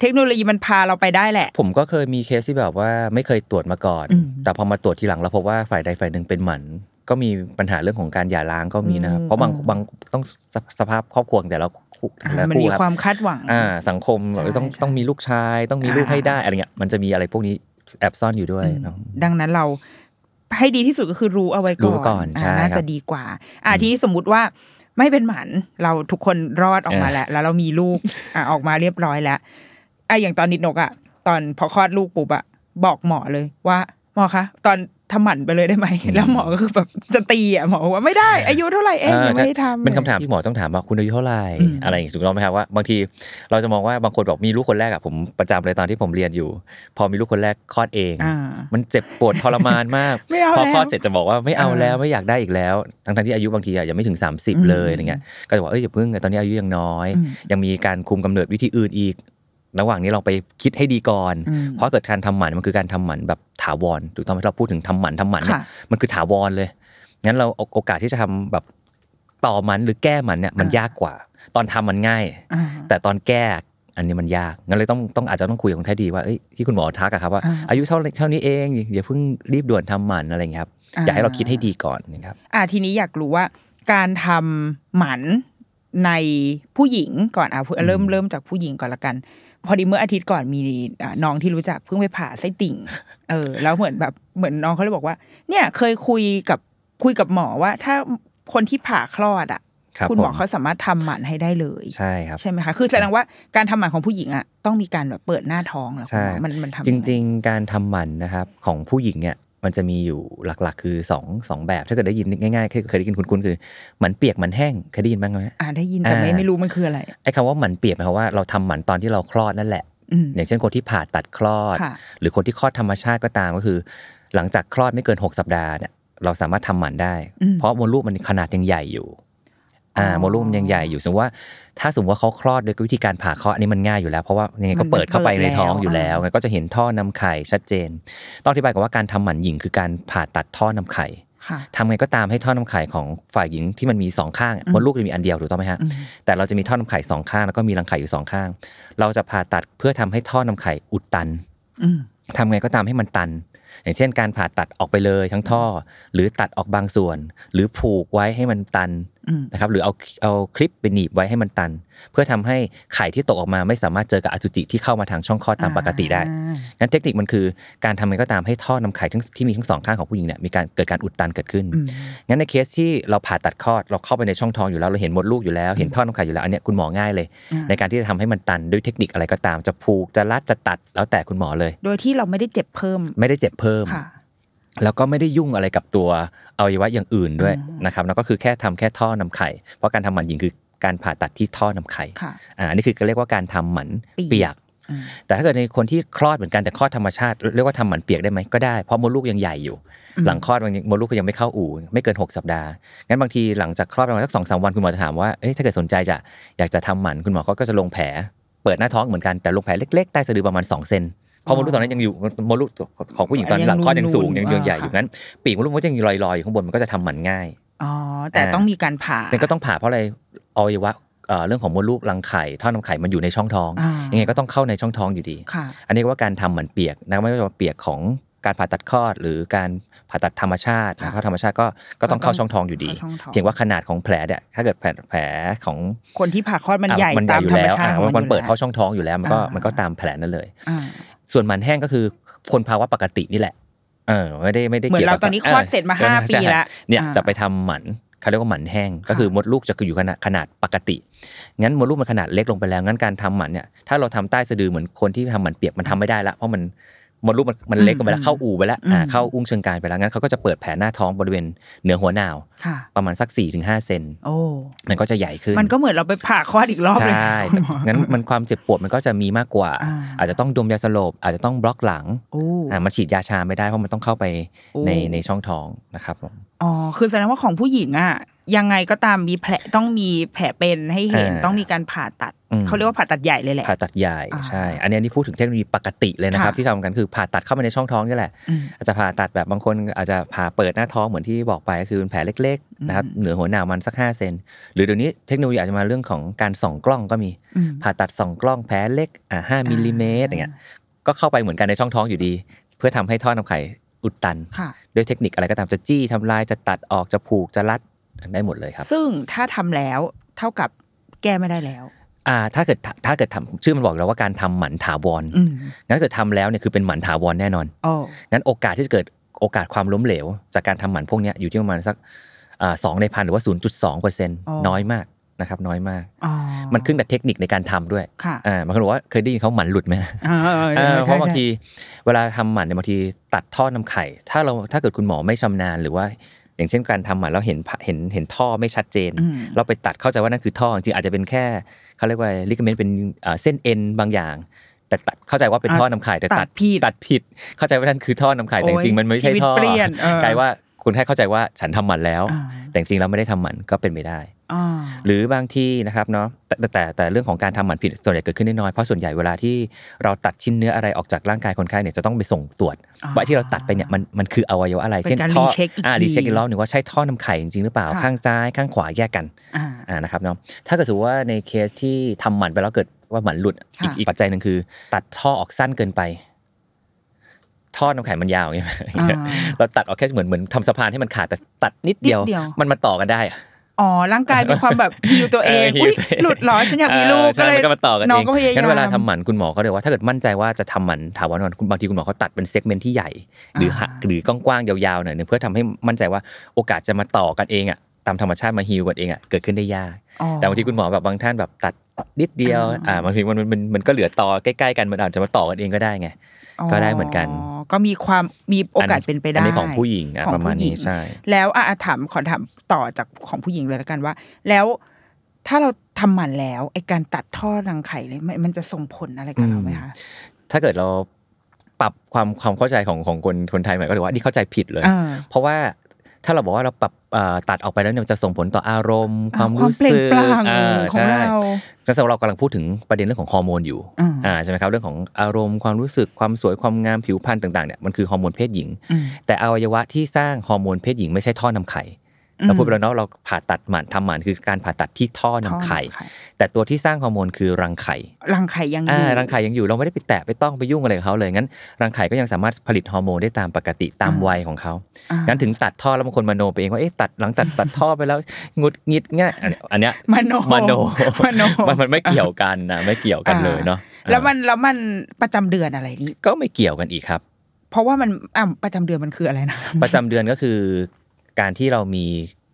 S1: เทคโนโลยีมันพาเราไปได้แหละ
S2: ผมก็เคยมีเคสที่แบบว่าไม่เคยตรวจมาก่อน
S1: อืม
S2: แต่พอมาตรวจทีหลังแล้วพบว่าฝ่ายใดฝ่ายหนึ่งเป็นหมัน ก็มีปัญหาเรื่องของการหย่าร้างก็มีนะครับ
S1: อืม
S2: เพราะบาง
S1: อืม
S2: บางต้องสภสภาพครอบครัวของแต่ละคู่
S1: อ่า
S2: แต่ละ
S1: มัน
S2: คู่
S1: มี
S2: ครับ
S1: ความคาดหวัง
S2: อ่าสังคม
S1: ใช่
S2: ต้อง
S1: ใช่
S2: ต้องมีลูกชาย ต้องมีลูก
S1: อ่า
S2: ให้ได้อะไรเงี้ยมันจะมีอะไรพวกนี้แอบซ่อนอยู่ด้วยเนาะ
S1: ดังนั้นเราให้ดีที่สุดก็คือรู้เอาไว้ก่
S2: รู้
S1: อน
S2: ก่อนาใช่
S1: น่า
S2: ครั
S1: จะ
S2: บ
S1: ดีกว่า อ่าทีนี้สมมุติว่าไม่เป็นหมันเราทุกคนรอดออกมาแล้ว แล้วเรามีลูก อ่ะออกมาเรียบร้อยแล้วอ่ะอย่างตอนนิดนกอ่ะตอนพอคลอดลูกปุ๊บอ่ะบอกหมอเลยว่าหมอคะตอนทำหมันไปเลยได้ไหม
S2: อืม
S1: แล้วหมอก็คือแบบจะตีอ่ะหมอบอกว่าไม่ได้ อายุเท่าไหร่เองยัง
S2: ใช่
S1: ไม่ได้ทำ
S2: เป็นคำถามที่หมอต้องถามว่าคุณอายุเท่าไหร่
S1: อืม
S2: อะไรอย่างนี้ถูกต้องไหมครับว่าบางทีเราจะมองว่าบางคนบอกมีลูกคนแรกอะผมประจำเลยตอนที่ผมเรียนอยู่ พอมีลูกคนแรกคลอดเอง
S1: อ่า
S2: มันเจ็บปวดทรมานมาก
S1: ไม่เอา
S2: พอ
S1: แล้ว
S2: คลอดเสร็จจะบอกว่าไม่เอา
S1: เออ
S2: แล้วไม่อยากได้อีกแล้ว ทั้งๆที่อายุบางทีอะยังไม่ถึง 30 เลยอะไรเงี้ยก็จะบอกเอ้ยอย่าเพิ่งตอนนี้อายุยังน้อย
S1: อืม
S2: ยังมีการคุมกำเนิดวิธีอื่นอีก ระหว่างนี้ลองไปคิดให้ดีก่อน
S1: อืม
S2: เพราะเกิดการทำหมันมันคือการทำหมันแบบถาวรถูกต้องไหมเราพูดถึงทำหมันทำหมันเนี่ย
S1: ค่ะ
S2: มันคือถาวรเลย งั้นเราโอกาสที่จะทำแบบต่อมันหรือแก้มันเนี่ยมันยากกว่า ตอนทำมันง่าย
S1: อ่า
S2: แต่ตอนแก้อันนี้มันยากงั้นเลยต้องต้องอาจจะต้องคุยกับคนไข้ดีว่าเอ้ยที่คุณหมอทักอะครับว่า
S1: อ่า
S2: อายุเท่าเท่านี้เองอย่าเพิ่งรีบด่วนทำหมันอะไรอย่างเงี้ยครับ
S1: อ่า
S2: อยากให้เราคิดให้ดีก่อนนะครับ
S1: อ่าทีนี้อยากรู้ว่าการทำหมันในผู้หญิงก่อนอ่ะพูดเริ่มเริ่มจากผู้หญิงก่อนละกัน พอดีเมื่ออาทิตย์ก่อนมีอ่ะน้องที่รู้จักเพิ่งไปผ่าไส้ติ่ง เออ แล้วเหมือนแบบเหมือนน้องเขาเลยบอกว่า เนี่ยเคยคุยกับคุยกับหมอว่า ถ้าคนที่ผ่าคลอดอ่ะ
S2: ครับ
S1: ณหมอ
S2: ผม
S1: เขาสามารถทำหมันให้ได้เลย
S2: ใช่ครับ
S1: ใช่ไหมคะคือแสดงว่าการทำหมันของผู้หญิงอ่ะต้องมีการแบบเปิดหน้าท้องแล้ว
S2: ใช่
S1: มันมันทำ
S2: จริง ๆ การทำหมันนะครับของผู้หญิงเนี่ยมันจะมีอยู่หลักๆ คือสองสองแบบ ถ้าเกิดได้ยินง่ายๆเคยเคยได้ยินคุ้นๆคือหมันเปียกหมันแห้งเคยได้ยินบ้างไหม
S1: อ่าได้ยินแต่ไม่
S2: อ่า
S1: ไม่รู้มันคืออะไร
S2: ไอ้คำว่าหมันเปียกหมายความว่าเราทำหมันตอนที่เราคลอดนั่นแหละ
S1: อืม
S2: อย่างเช่นคนที่ผ่าตัดคลอด
S1: ค่ะ
S2: หรือคนที่คลอดธรรมชาติก็ตามก็คือ หลังจากคลอดไม่เกิน 6 สัปดาห์เนี่ยเราสามารถทำหมันได้
S1: อืม
S2: เพราะมดลูกมันขนาดยังใหญ่อยู่อ่า
S1: อ๋อ
S2: มดลูกมันยังใหญ่อยู่สมมติว่า ถ้าสมมติว่าเขาคลอดด้วยวิธีการผ่าคลอดอันนี้มันง่ายอยู่แล้ว เพราะว่ายังไงก็เปิดเข้าไปในท้องอยู่แล้ว
S1: มันเปิดแล้ว
S2: ไงก็จะเห็นท่อนำไข่ชัดเจน ต้องอธิบายก่อนว่าการทำหมันหญิงคือการผ่าตัดท่อนำไข่
S1: ค่ะ
S2: ทำไงก็ตามให้ท่อนำไข่ของฝ่ายหญิงที่มันมีสองข้างอะมดลูกจะมีอันเดียวถูกต้องไหมฮะ
S1: อืม
S2: แต่เราจะมีท่อนำไข่สองข้างแล้วก็มีรังไข่อยู่สองข้าง เราจะผ่าตัดเพื่อทำให้ท่อนำไข่อุดตัน
S1: อืม
S2: ทำไงก็ตามให้มันตัน อย่างเช่น การผ่าตัดออกไปเลยทั้งท่อ หรือตัดออกบางส่วน หรือผูกไว้ให้มันตัน
S1: อืม
S2: นะครับหรือเอาเอาคลิปไปหนีบไว้ให้มันตัน เพื่อทำให้ไข่ที่ตกออกมาไม่สามารถเจอกับอสุจิที่เข้ามาทางช่องคลอดตามปกติได้
S1: อ่า
S2: งั้นเทคนิคมันคือการทำไงก็ตามให้ท่อนำไข่ทั้งที่มีทั้งสองข้างของผู้หญิงเนี่ยมีการเกิดการอุดตันเกิดขึ้น
S1: อืม
S2: งั้นในเคสที่เราผ่าตัดคลอดเราเข้าไปในช่องท้องอยู่แล้วเราเห็นมดลูกอยู่แล้วเห็นท่อนำไข่อยู่แล้วอันเนี้ยคุณหมอง่ายเลย
S1: อ่า
S2: ในการที่จะทำให้มันตันด้วยเทคนิคอะไรก็ตามจะผูกจะรัดจะตัดแล้วแต่คุณหมอเลย
S1: โดยที่เราไม่ได้เจ็บเพิ่ม
S2: ไม่ได้เจ็บเพิ่ม
S1: ค่ะ
S2: แล้วก็ไม่ได้ยุ่งอะไรกับตัวอวัยวะอย่างอื่นด้วยนะครับแล้วก็คือแค่ทำแค่ท่อนำไข่ เพราะการทำหมันหญิงคือการผ่าตัดที่ท่อนำไข่
S1: ค่ะ
S2: อ่าอันนี้คือเรียกว่าการทำหมัน
S1: เปี
S2: เปี
S1: ย
S2: ย
S1: ก
S2: ก
S1: อืม
S2: แต่ถ้าเกิดในคนที่คลอดเหมือนกันแต่คลอดธรรมชาติ เรียกว่าทำหมันเปียกได้ไหมก็ได้เพราะมดลูกยังใหญ่อยู่ หลังคลอดมันยังมดลูกก็ยังไม่เข้าอู่ไม่เกิน 6 สัปดาห์งั้นบางทีหลังจากคลอดประมาณสักสองสามวันคุณหมอจะถามว่าเอ้ยถ้าเกิดสนใจจะอยากจะทำหมันคุณหมอก็จะลงแผล เปิดหน้าท้องเหมือนกันแต่ลงแผลเล็กๆใต้สะดือประมาณ2เซนเพราะมดลูกตอนนั้นยังอยู่มดลูกของผู้หญิงตอนหลังคลอดยังสูงยังยังใหญ่อยู่งั้นปีกมดลูกมันก็ยังลอยๆอยู่ข้างบนมันก็จะทำหมันง่าย
S1: อ๋อ แต่
S2: อ่า
S1: ต้องมีการผ่า
S2: แต่ก็ต้องผ่าเพราะอะไรอวัยวะเอ่อเรื่องของมดลูกรังไข่ท่อนำไข่มันอยู่ในช่องท้อง
S1: อ่ายั
S2: ยังไงก็ต้องเข้าในช่องท้องอยู่ดี
S1: ค่ะ
S2: อันนี้ก็ว่าการทำเหมือนเปียกนะไม่ว่าจะเปียกของการผ่าตัดคลอด หรือการผ่าตัดธรรมชาติ
S1: ค่ะ
S2: นะเข้าธรรมชาติก็ก็ต้อง
S1: ก็ต้อง
S2: เข้าช่องท้องอยู่ดี
S1: เข้าช่องท้อง
S2: เพียงว่าขนาดของแผลเนี่ยถ้าเกิดแผลแผลของ
S1: คนที่ผ่าคลอดมันใหญ่
S2: อ่ะมันใหญ่
S1: ตาม
S2: อยู่
S1: ธรรม
S2: แล้ว
S1: ชาติ
S2: อ่ะ
S1: ของ
S2: มัน
S1: อยู่
S2: เปิด
S1: แล้ว
S2: เข้าช่องท้องอยู่แล้วมันก็
S1: อ่ามั
S2: มันก็ตามแผลนั่นเลย
S1: อ่า
S2: ส่วนหมันแห้งก็คือคนภาวะปกตินี่แหละเออไม่ได้ไม่ได้
S1: เหมือน
S2: กี่ยว
S1: เรา
S2: กับ
S1: ตอนนี้คลอดเสร็จมาห้า
S2: ใช่
S1: ปี
S2: ใช่
S1: ละ
S2: เนี่ย
S1: อ่า
S2: จะไปทำหมันเขาเรียกว่าหมันแห้ง ก็
S1: ค่ะ
S2: คือมดลูกจะอยู่ขนาดขนาดปกติ งั้นมดลูกมันขนาดเล็กลงไปแล้วงั้นการทำหมันเนี่ยถ้าเราทำใต้สะดือเหมือนคนที่ทำหมันเปียกมันทำไม่ได้ละเพราะมัน มดลูกมันมันเล็กลงไปแล้
S1: อื
S2: ว
S1: ม
S2: เข้าอู่ไปแล้วอ่า
S1: อืม
S2: เข้าอุ้งเชิงกรานไปแล้วงั้นเขาก็จะเปิดแผลหน้าท้องบริเวณเหนือหัวหนาว
S1: ค่ะ
S2: ประมาณสัก4ี่ถึงห้าเซน
S1: โอ้
S2: มันก็จะใหญ่ขึ้น
S1: มันก็เหมือนเราไปผ่าคลอดอีกรอบเลย
S2: ใช่
S1: คุณหมอ
S2: งั้นมันความเจ็บปวดมันก็จะมีมากกว่า
S1: อ่า
S2: อาจจะต้องดมยาสลบ อาจจะต้องบล็อกหลัง
S1: โอ้
S2: อ่ามันฉีดยาชาไม่ได้เพราะมันต้องเข้าไป
S1: โอ้
S2: ในในช่องท้องนะครับผม
S1: อ๋อ คือแสดงว่าของผู้หญิงอ่ะ ยังไงก็ตามมีแผลต้องมีแผลเป็นให้เห็น ต้องมีการผ่าตัด เขาเรียกว่าผ่าตัดใหญ่เลยแหละ
S2: ผ่าตัดใหญ่
S1: อ่า
S2: ใช่ อันนี้อันนี่พูดถึงเทคโนโลยีปกติเลยนะครับ
S1: ค่ะ
S2: ที่ทำกันคือผ่าตัดเข้าไปในช่องท้องนี่แหละ
S1: อืม
S2: อาจจะผ่าตัดแบบบางคนอาจจะผ่าเปิดหน้าท้องเหมือนที่บอกไปก็คือเป็นแผลเล็กๆนะครับเหนือหัวหนาวมันสัก5เซนหรือเดี๋ยวนี้เทคโนโลยีอาจจะมาเรื่องของการส่องกล้องก็มี
S1: อืม
S2: ผ่าตัดส่องกล้องแผลเล็กอ่าห้ามิลลิเมตรอย่างเงี้ยก็เข้าไปเหมือนกันในช่องท้องอยู่ดี เพื่อทำให้ท่อน้ำไข่อุดตัน
S1: ค่ะ
S2: ด้วยเทคนิคอะไรก็ตามจะจี้ทำลายจะตัดออกจะผูกจะรัดได้หมดเลยครับ
S1: ซึ่งถ้าทำแล้วเท่ากับแก้ไม่ได้แล้ว
S2: อ่าถ้าเกิดถ้าเกิดทำชื่อมันบอกอยู่แล้วว่าการทำหมันถาวร
S1: อืม
S2: งั้นถ้าเกิดทำแล้วเนี่ยคือเป็นหมันถาวรแน่นอน
S1: โอ้
S2: งั้นโอกาสที่จะเกิดโอกาสความล้มเหลว จากการทำหมันพวกเนี้ยอยู่ที่ประมาณสักสองในพันหรือว่า 0.2เปอร์เซ็นต์
S1: อ๋อ
S2: น้อยมากนะครับน้อยมาก
S1: อ๋อ
S2: มันขึ้นกับเทคนิคในการทำด้วย
S1: ค่ะ
S2: อ่าบางคนบอกว่าเคยได้ยินเขาหมันหลุดไหม
S1: เออออ
S2: เออเพ
S1: ใช่
S2: ราะบาง
S1: ใช่
S2: ทีเวลาทำหมันเนี่ยบางทีตัดท่อนำไข่ ถ้าเราถ้าเกิดคุณหมอไม่ชำนาญหรือว่า อย่างเช่นการทำหมันแล้วเห็นเห็นเห็นท่อไม่ชัดเจน
S1: อืม
S2: เราไปตัดเข้าใจว่านั่นคือท่อจริงๆอาจจะเป็นแค่เขาเรียกว่าลิกเมนต์เป็นเอ่อเส้นเอ็นบางอย่าง แต่ตัดเข้าใจว่าเป็นท่อนำไข่แต่
S1: ตัดผิด
S2: ตัดผิดเข้าใจว่านั่นคือท่อนำไข่แต่จ
S1: โอ้ย
S2: ริงๆมันไม่ใช่
S1: ชีวิต
S2: ท่อ
S1: เปลี่ยนเออก
S2: ลายว่าคุณแค่เข้าใจว่าฉันทำหมันแล้ว
S1: อ่า
S2: แต่จริงๆเราไม่ได้ทำหมันก็เป็นไปได้
S1: อ๋อ
S2: หรือบางที่นะครับเนาะแต่แต่แต่แต่เรื่องของการทำหมันผิดส่วนใหญ่เกิดขึ้นได้น้อยเพราะส่วนใหญ่เวลาที่เราตัดชิ้นเนื้ออะไรออกจากร่างกายคนไข้เนี่ยจะต้องไปส่งตรวจ
S1: อ่า
S2: ว่าที่เราตัดไปเนี่ยมันมันคืออวัยวะอะไร
S1: เป็นการ
S2: ท่อ
S1: recheck อีก
S2: อ่า
S1: ที
S2: รีเช็คอีกรอบหนึ่งว่าใช่ท่อนำไข่จริงๆหรือเปล่า
S1: ค่ะ
S2: ข้างซ้ายข้างขวาแยกกัน
S1: อ่า
S2: อ่านะครับเนาะถ้าเกิดสมมติว่าในเคสที่ทำหมันไปแล้วเกิดว่าหมันหลุดอีก
S1: ค่ะ
S2: อีกปัจจัยหนึ่งคือ ตัดท่อออกสั้นเกินไป ท่อน้ำไข่มันยาวอย่างเงี้ย
S1: อ่า
S2: เราตัดออกแค่เหมือนเหมือนทำสะพานให้มันขาดแต่ตัดนิดเดียว
S1: นิดเดียว
S2: มันมาต่อกันได้อะ
S1: อ๋อ ร่างกายมีความแบบฮิวตัวเอง
S2: *laughs* เออหิว
S1: อุ้ย
S2: ตัวเอง
S1: หลุดเหรอ ฉันอยากมีลูก
S2: ใช่
S1: ก็เลย
S2: มันก็มาต่อกัน
S1: น้อง
S2: เง
S1: ก็พยายาม
S2: งั้นเวลาทำหมันคุณหมอก็เลยว่าถ้าเกิดมั่นใจว่าจะทำหมันถาวรนอนคุณบางทีคุณหมอเขาตัดเป็นเซกเมนต์ที่ใหญ่ หรือหะ
S1: อ่า
S2: หรือกว้างๆยาวๆหน่อยหนึงเพื่อทำให้มั่นใจว่าโอกาสจะมาต่อกันเองอ่ะตามธรรมชาติมาฮิวกันเองอ่ะเกิดขึ้นได้ยาก
S1: อ๋อ
S2: แต่บางทีคุณหมอแบบบางท่านแบบตัดนิดเดียว
S1: อ่า
S2: อ่าบางทีมันมันมันมันก็เหลือต่อใกล้ๆกันมันอาจจะมาต่อกันเองก็ได้ไง ก็ได้เหมือนกัน
S1: ก็มีความมีโอกาสเป็นไปได้
S2: อันนี้ของผู้หญิงอ่ะ
S1: ของ
S2: ประมาณ
S1: ผู้หญิ
S2: นี้
S1: ง
S2: ใช่
S1: แล้วอ่ะอ่ะถามขอถามต่อจากของผู้หญิงเลยละกันว่า แล้วถ้าเราทำหมันแล้วไอการตัดท่อรังไข่เลยมันมันจะส่งผลอะไรกับเราไหมคะ
S2: ถ้าเกิดเราปรับความความเข้าใจของของคนคนไทยใหม่ก็ถือว่าอันนี่เข้าใจผิดเลย
S1: อ่า
S2: เพราะว่าถ้าเราบอกว่าเราปรับเอ่อตัดออกไปแล้วเนี่ยมันจะส่งผลต่ออารมณ์ค
S1: อ่า
S2: วาม
S1: ความ
S2: รู้สึก
S1: เปล่งปลั่งของเรา
S2: ใช่แล้วสำหรับเรากำลังพูดถึงประเด็นเรื่องของฮอร์โมนอยู่
S1: อืม
S2: อ่าใช่ไหมครับเรื่องของอารมณ์ความรู้สึกความสวยความงามผิวพรรณต่างๆเนี่ยมันคือฮอร์โมนเพศหญิง
S1: อืม
S2: แต่อวัยวะที่สร้างฮอร์โมนเพศหญิงไม่ใช่ท่อนำไข่
S1: อืม
S2: เราพูดไปแล้วเนาะเราผ่าตัดหมันทำหมันคือการผ่าตัดที่ท่อนำไข่
S1: ท่อรัง
S2: แต่ตัวที่สร้างฮอร์โมนคือรังไข่
S1: รังไข่ยังอ
S2: อ่า
S1: ยู่
S2: รังไข่ยังอยู่เราไม่ได้ไปแตะไปต้องไปยุ่งอะไรกับเขาเลยงั้นรังไข่ก็ยังสามารถผลิตฮอร์โมนได้ตามปกติตาม
S1: อ่า
S2: วัยของเขา
S1: อ่า
S2: งั้นถึงตัดท่อแล้วบางคนมโนไปเองว่าเอ๊ะตัดหลังตัดตัดท่อไปแล้วงุดงิดง่ายอันเนี้ยอันเนี้ย
S1: มโน
S2: มโน
S1: มโน
S2: มันมันไม่เกี่ยวกันนะไม่เกี่ยวกันเลยเนาะ
S1: แล้วมันแล้วมันประจำเดือนอะไรนี่
S2: ก็ไม่เกี่ยวกันอีกครับ
S1: เพราะว่ามันอ่ะประจำเดือนมันคืออะไรนะ
S2: ประจำเดือนก็คือการที่เรามี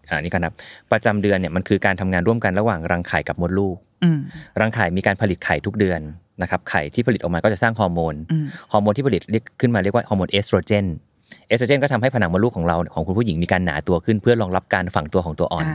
S2: อ่านี่กันครับประจำเดือนเนี่ยมันคือการทำงานร่วมกันระหว่างรังไข่กับมดลูก
S1: อืม
S2: รังไข่มีการผลิตไข่ทุกเดือนนะครับไข่ที่ผลิตออกมาก็จะสร้างฮอร์โมน
S1: อืม
S2: ฮอร์โมนที่ผลิตเรียกขึ้นมาเรียกว่าฮอร์โมนเอสโตรเจนเอสโตรเจนก็ทำให้ผนังมดลูกของเราของคุณผู้หญิงมีการหนาตัวขึ้น เพื่อรองรับการฝังตัวของตัวอ่อน
S1: อ่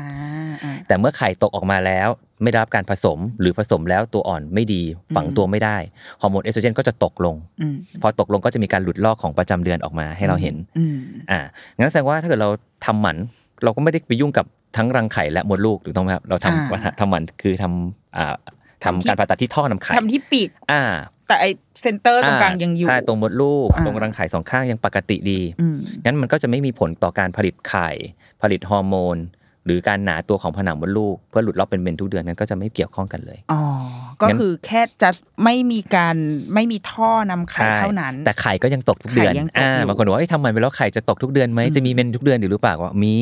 S1: าอ่า
S2: แต่เมื่อไข่ตกออกมาแล้ว ไม่ได้รับการผสมหรือผสมแล้วตัวอ่อนไม่ดีฝัง
S1: อืม
S2: ตัวไม่ได้ฮอร์โมนเอสโตรเจนก็จะตกลง
S1: อืม
S2: พอตกลงก็จะมีการหลุดลอกของประจำเดือนออกมาให้เราเห็น
S1: อืม
S2: อ่า งั้นแสดงว่าถ้าเกิดเราทำหมัน เราก็ไม่ได้ไปยุ่งกับทั้งรังไข่และมดลูกถูกต้องไหมครับ เรา
S1: อ่า
S2: ทำว่าทำหมันคือทำอ่าทำ
S1: ทำที่
S2: การผ่าตัดที่ท่อนำไข่
S1: ทำที่ปีก
S2: อ่า
S1: แต่ไอเซนเตอร์ตรงกลางยังอยู่
S2: ใช่ตรงมดลูก
S1: อ่า
S2: ตรงรังไข่สองข้างยังปกติดี
S1: อืม
S2: งั้นมันก็จะไม่มีผลต่อการผลิตไข่ ผลิตฮอร์โมน หรือการหนาตัวของผนังมดลูก เพื่อหลุดรอบเป็นเบนทุกเดือนนั้นก็จะไม่เกี่ยวข้องกันเลย
S1: อ๋อ ก็
S2: งั้น
S1: คือแค่จะไม่มีการไม่มีท่อนำไข่เท่านั้น
S2: แต่ไข่ก็ยังตกทุกเดือน
S1: ไข่ยังตก
S2: อ่า
S1: อยู่
S2: บางคนบอกว่าเอ้ยทำหมันไปแล้วไข่จะตกทุกเดือนไหม
S1: อืม
S2: จะมีเมนทุกเดือนอยู่หรือเปล่าว่ามี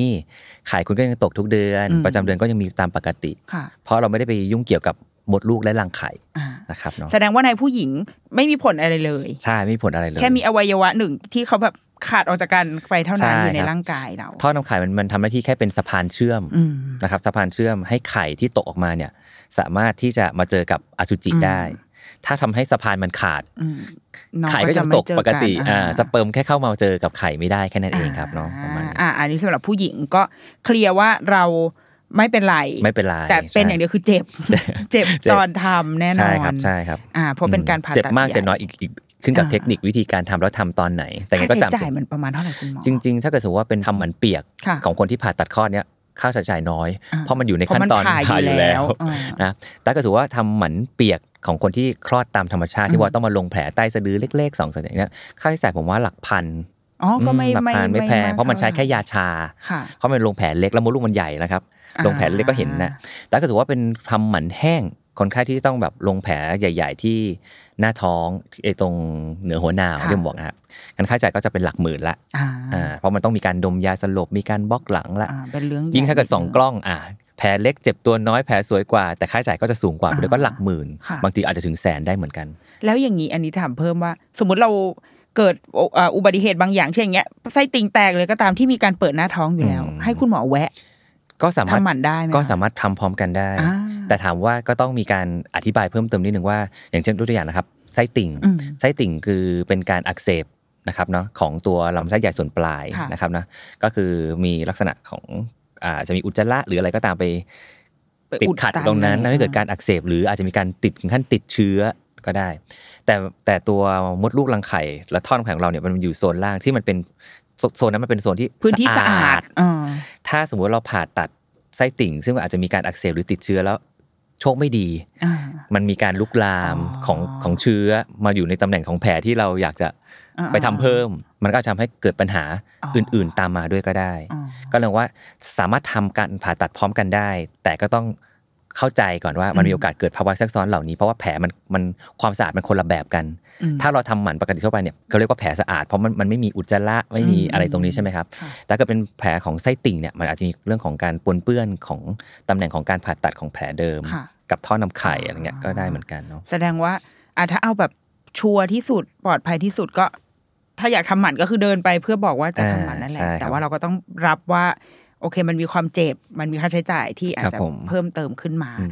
S2: ไข่คุณก็ยังตกทุกเดือน
S1: อืม
S2: ประจำเดือนก็ยังมีตามปกติ
S1: ค่ะ
S2: เพราะเราไม่ได้ไปยุ่งเกี่ยวกับมดลูกและรังไข่
S1: อ่า
S2: นะครับเนาะ
S1: แสดงว่าในผู้หญิงไม่มีผลอะไรเลย
S2: ใช่ไม่มีผลอะไรเลย
S1: แค่มีอวัยวะหนึ่งที่เขาแบบขาดออกจากกันไปเท่านั้นอยู่ในร่างกายเรา
S2: ท่อนำไข่มันมันทำหน้าที่แค่เป็นสะพานเชื่อม
S1: อืม
S2: นะครับสะพานเชื่อมให้ไข่ที่ตกออกมาเนี่ยสามารถที่จะมาเจอกับอสุจิ
S1: อืม
S2: ได้ ถ้าทำให้สะพานมันขาด
S1: อืมน้อ
S2: ไข่ก็ยัง
S1: ไม่
S2: ตก
S1: เจอ
S2: ปกติ
S1: น
S2: อ่า
S1: อ่า
S2: สเปิร์มแค่เข้ามาเจอกับไข่ไม่ได้แค่นั้นเองครับเนาะประมาณนี้
S1: อ่าอันนี้สำหรับผู้หญิงก็เคลียร์ว่าเราไม่เป็นไร
S2: ไม่เป็นไร
S1: แต่เป็น
S2: ใช่
S1: อย่างเดียวคือเจ็บ *laughs* เจ็บ
S2: เจ็บ
S1: ตอนทำแน่นอน
S2: ใช่ครับใช่ครับ
S1: อ่าเพราะเป็นการผ่าตัด
S2: เจ็บมาก
S1: ใหญ่
S2: เจ็บน้อยอีกอีกขึ้นกับ
S1: อ่า
S2: เทคนิควิธีการทำแล้วทำตอนไหน แต่ยังไง
S1: ค่า
S2: ก็
S1: ใช้
S2: จำ
S1: จ่ายมันประมาณเท่าไหร่คุณหมอ
S2: จริง ๆ ถ้าเกิดสมมติว่าเป็นทำหมันเปียก
S1: ค่ะ
S2: ของคนที่ผ่าตัดคลอดเนี้ยค่าใช้จ่ายน้อย
S1: อ่า
S2: เพราะมันอยู่ในขั้นตอน
S1: เพราะมันผ่าอยู่แล้วอ่าน
S2: นะแต่ถ้าเก็ถือว่าทำหมันเปียกของคนที่คลอดตามธรรมชาติที่ว่าต้องมาลงแผลใต้สะดือเล็กๆสองสะดือเนี้ยค่าใช้จ่ายผมว่าหลักพัน
S1: อ๋อก็ไม่
S2: อืมหลัก
S1: ไม่
S2: พันไม่แพง
S1: ก
S2: เพราะมันใช้แค่ยาชา
S1: ค่ะ
S2: เพราะมันลงแผลเล็กแล้วมดลูกมันใหญ่นะครับ
S1: อ่า
S2: ลงแผลเล็กก็เห็นนะ แต่ก็ถือว่าเป็นทำหมันแห้ง คนไข้ที่ต้องแบบลงแผลใหญ่ ๆ ที่หน้าท้องไอ้ตรงเหนือหัวหน้าที่ผมบอกนะครับการค่าใช้จ่ายก็จะเป็นหลักหมื่นละ
S1: อ่า
S2: อ่าเพราะมันต้องมีการดมยาสลบ มีการบล็อกหลังละ
S1: อ่าเป็นเรื่องใหญ่
S2: ยิ่งถ้าเกิดสองกล้องอ่ะแผลเล็กเจ็บตัวน้อยแผลสวยกว่า แต่ค่าใช้จ่ายก็จะสูงกว่า
S1: อ่า
S2: แล้วก็หลักหมื่น
S1: ค่ะ
S2: บางทีอาจจะถึงแสนได้เหมือนกัน
S1: แล้วอย่างนี้อันนี้ถามเพิ่มว่า สมมติเราเกิดโออ่าอุบัติเหตุบางอย่างเช่นอย่างเงี้ยไส้ติ่งแตกเลยก็ตามที่มีการเปิดหน้าท้องอยู่แล้ว
S2: อืม
S1: ให้คุณหมอแวะ
S2: ก็สามารถ
S1: ทำหมันได้ไหม
S2: ก็
S1: คะ
S2: สามารถทำพร้อมกันได้
S1: อ่า
S2: แต่ถามว่าก็ต้องมีการอธิบายเพิ่มเติมนิดนึงว่า อย่างเช่นยกตัวอย่างนะครับไส้ติ่ง
S1: อืม
S2: ไส้ติ่งคือเป็นการอักเสบนะครับเนาะของตัวลำไส้ใหญ่ส่วนปลาย
S1: ค่ะ
S2: นะครับนะก็คือมีลักษณะของอาจะมีอุจจาระหรืออะไรก็ตามไป
S1: ไป
S2: ปิด
S1: อุ
S2: ขัดตรงนั้น
S1: ตั
S2: นั่น
S1: ไว้
S2: ให้เกิดการอักเสบ หรืออาจจะมีการติดถึงขั้นติดเชื้อก็ได้ แต่แต่ตัวมดลูกรังไข่และท่อนแข็งเราเนี่ยมันอยู่โซนล่างที่มันเป็นโซโซนนั้นมันเป็นโซนที่
S1: พื้นที่สะอาดอ่า
S2: ถ้าสมมติเราผ่าตัดไส้ติ่ง ซึ่งอาจจะมีการอักเสบหรือติดเชื้อแล้วโชคไม่ดี
S1: อ่า
S2: มันมีการลุกลาม
S1: อ๋อ
S2: ของของเชื้อมาอยู่ในตำแหน่งของแผลที่เราอยากจะ
S1: อ่าๆ
S2: ไปทำเพิ่ม มันก็อาจจะทำให้เกิดปัญหา
S1: อ๋อ
S2: อ
S1: อื่
S2: ื่นๆตามมาด้วยก็ได้
S1: อ๋อ
S2: ก็เลยว่าสามารถทำการผ่าตัดพร้อมกันได้ แต่ก็ต้องเข้าใจก่อนว่ามันมีโอกาสเกิดภาวะแทรกซ้อนเหล่านี้เพราะว่าแผลมันมันความสะอาดมันคนละแบบกัน
S1: อืม
S2: ถ้าเราทำหมันปกติทั่วไปเนี่ยเขาเรียกว่าแผลสะอาดเพราะมันมันไม่มีอุจจาระไม่มี
S1: อืม
S2: อะไรตรงนี้ใช่ไหมครับ
S1: ค่ะ
S2: แต่ก็เป็นแผลของไส้ติ่งเนี่ยมันอาจจะมีเรื่องของการปนเปื้อนของตำแหน่งของการผ่าตัดของแผลเดิม
S1: ค่ะ
S2: กับท่อนำไข่อะไรเงี้ยก็ได้เหมือนกันเนาะ
S1: แสดงว่าอ่ะถ้าเอาแบบชัวร์ที่สุดปลอดภัยที่สุดก็ ถ้าอยากทำหมันก็คือเดินไปเพื่อบอกว่าจะทำหมันนั่นแหละ
S2: อ่าใช่ครับ
S1: แต่ว่าเราก็ต้องรับว่า โอเค มันมีความเจ็บ มันมีค่าใช้จ่ายที่อาจ
S2: ครับ
S1: จะ
S2: ผม
S1: เพิ่มเติมขึ้นมา
S2: อืม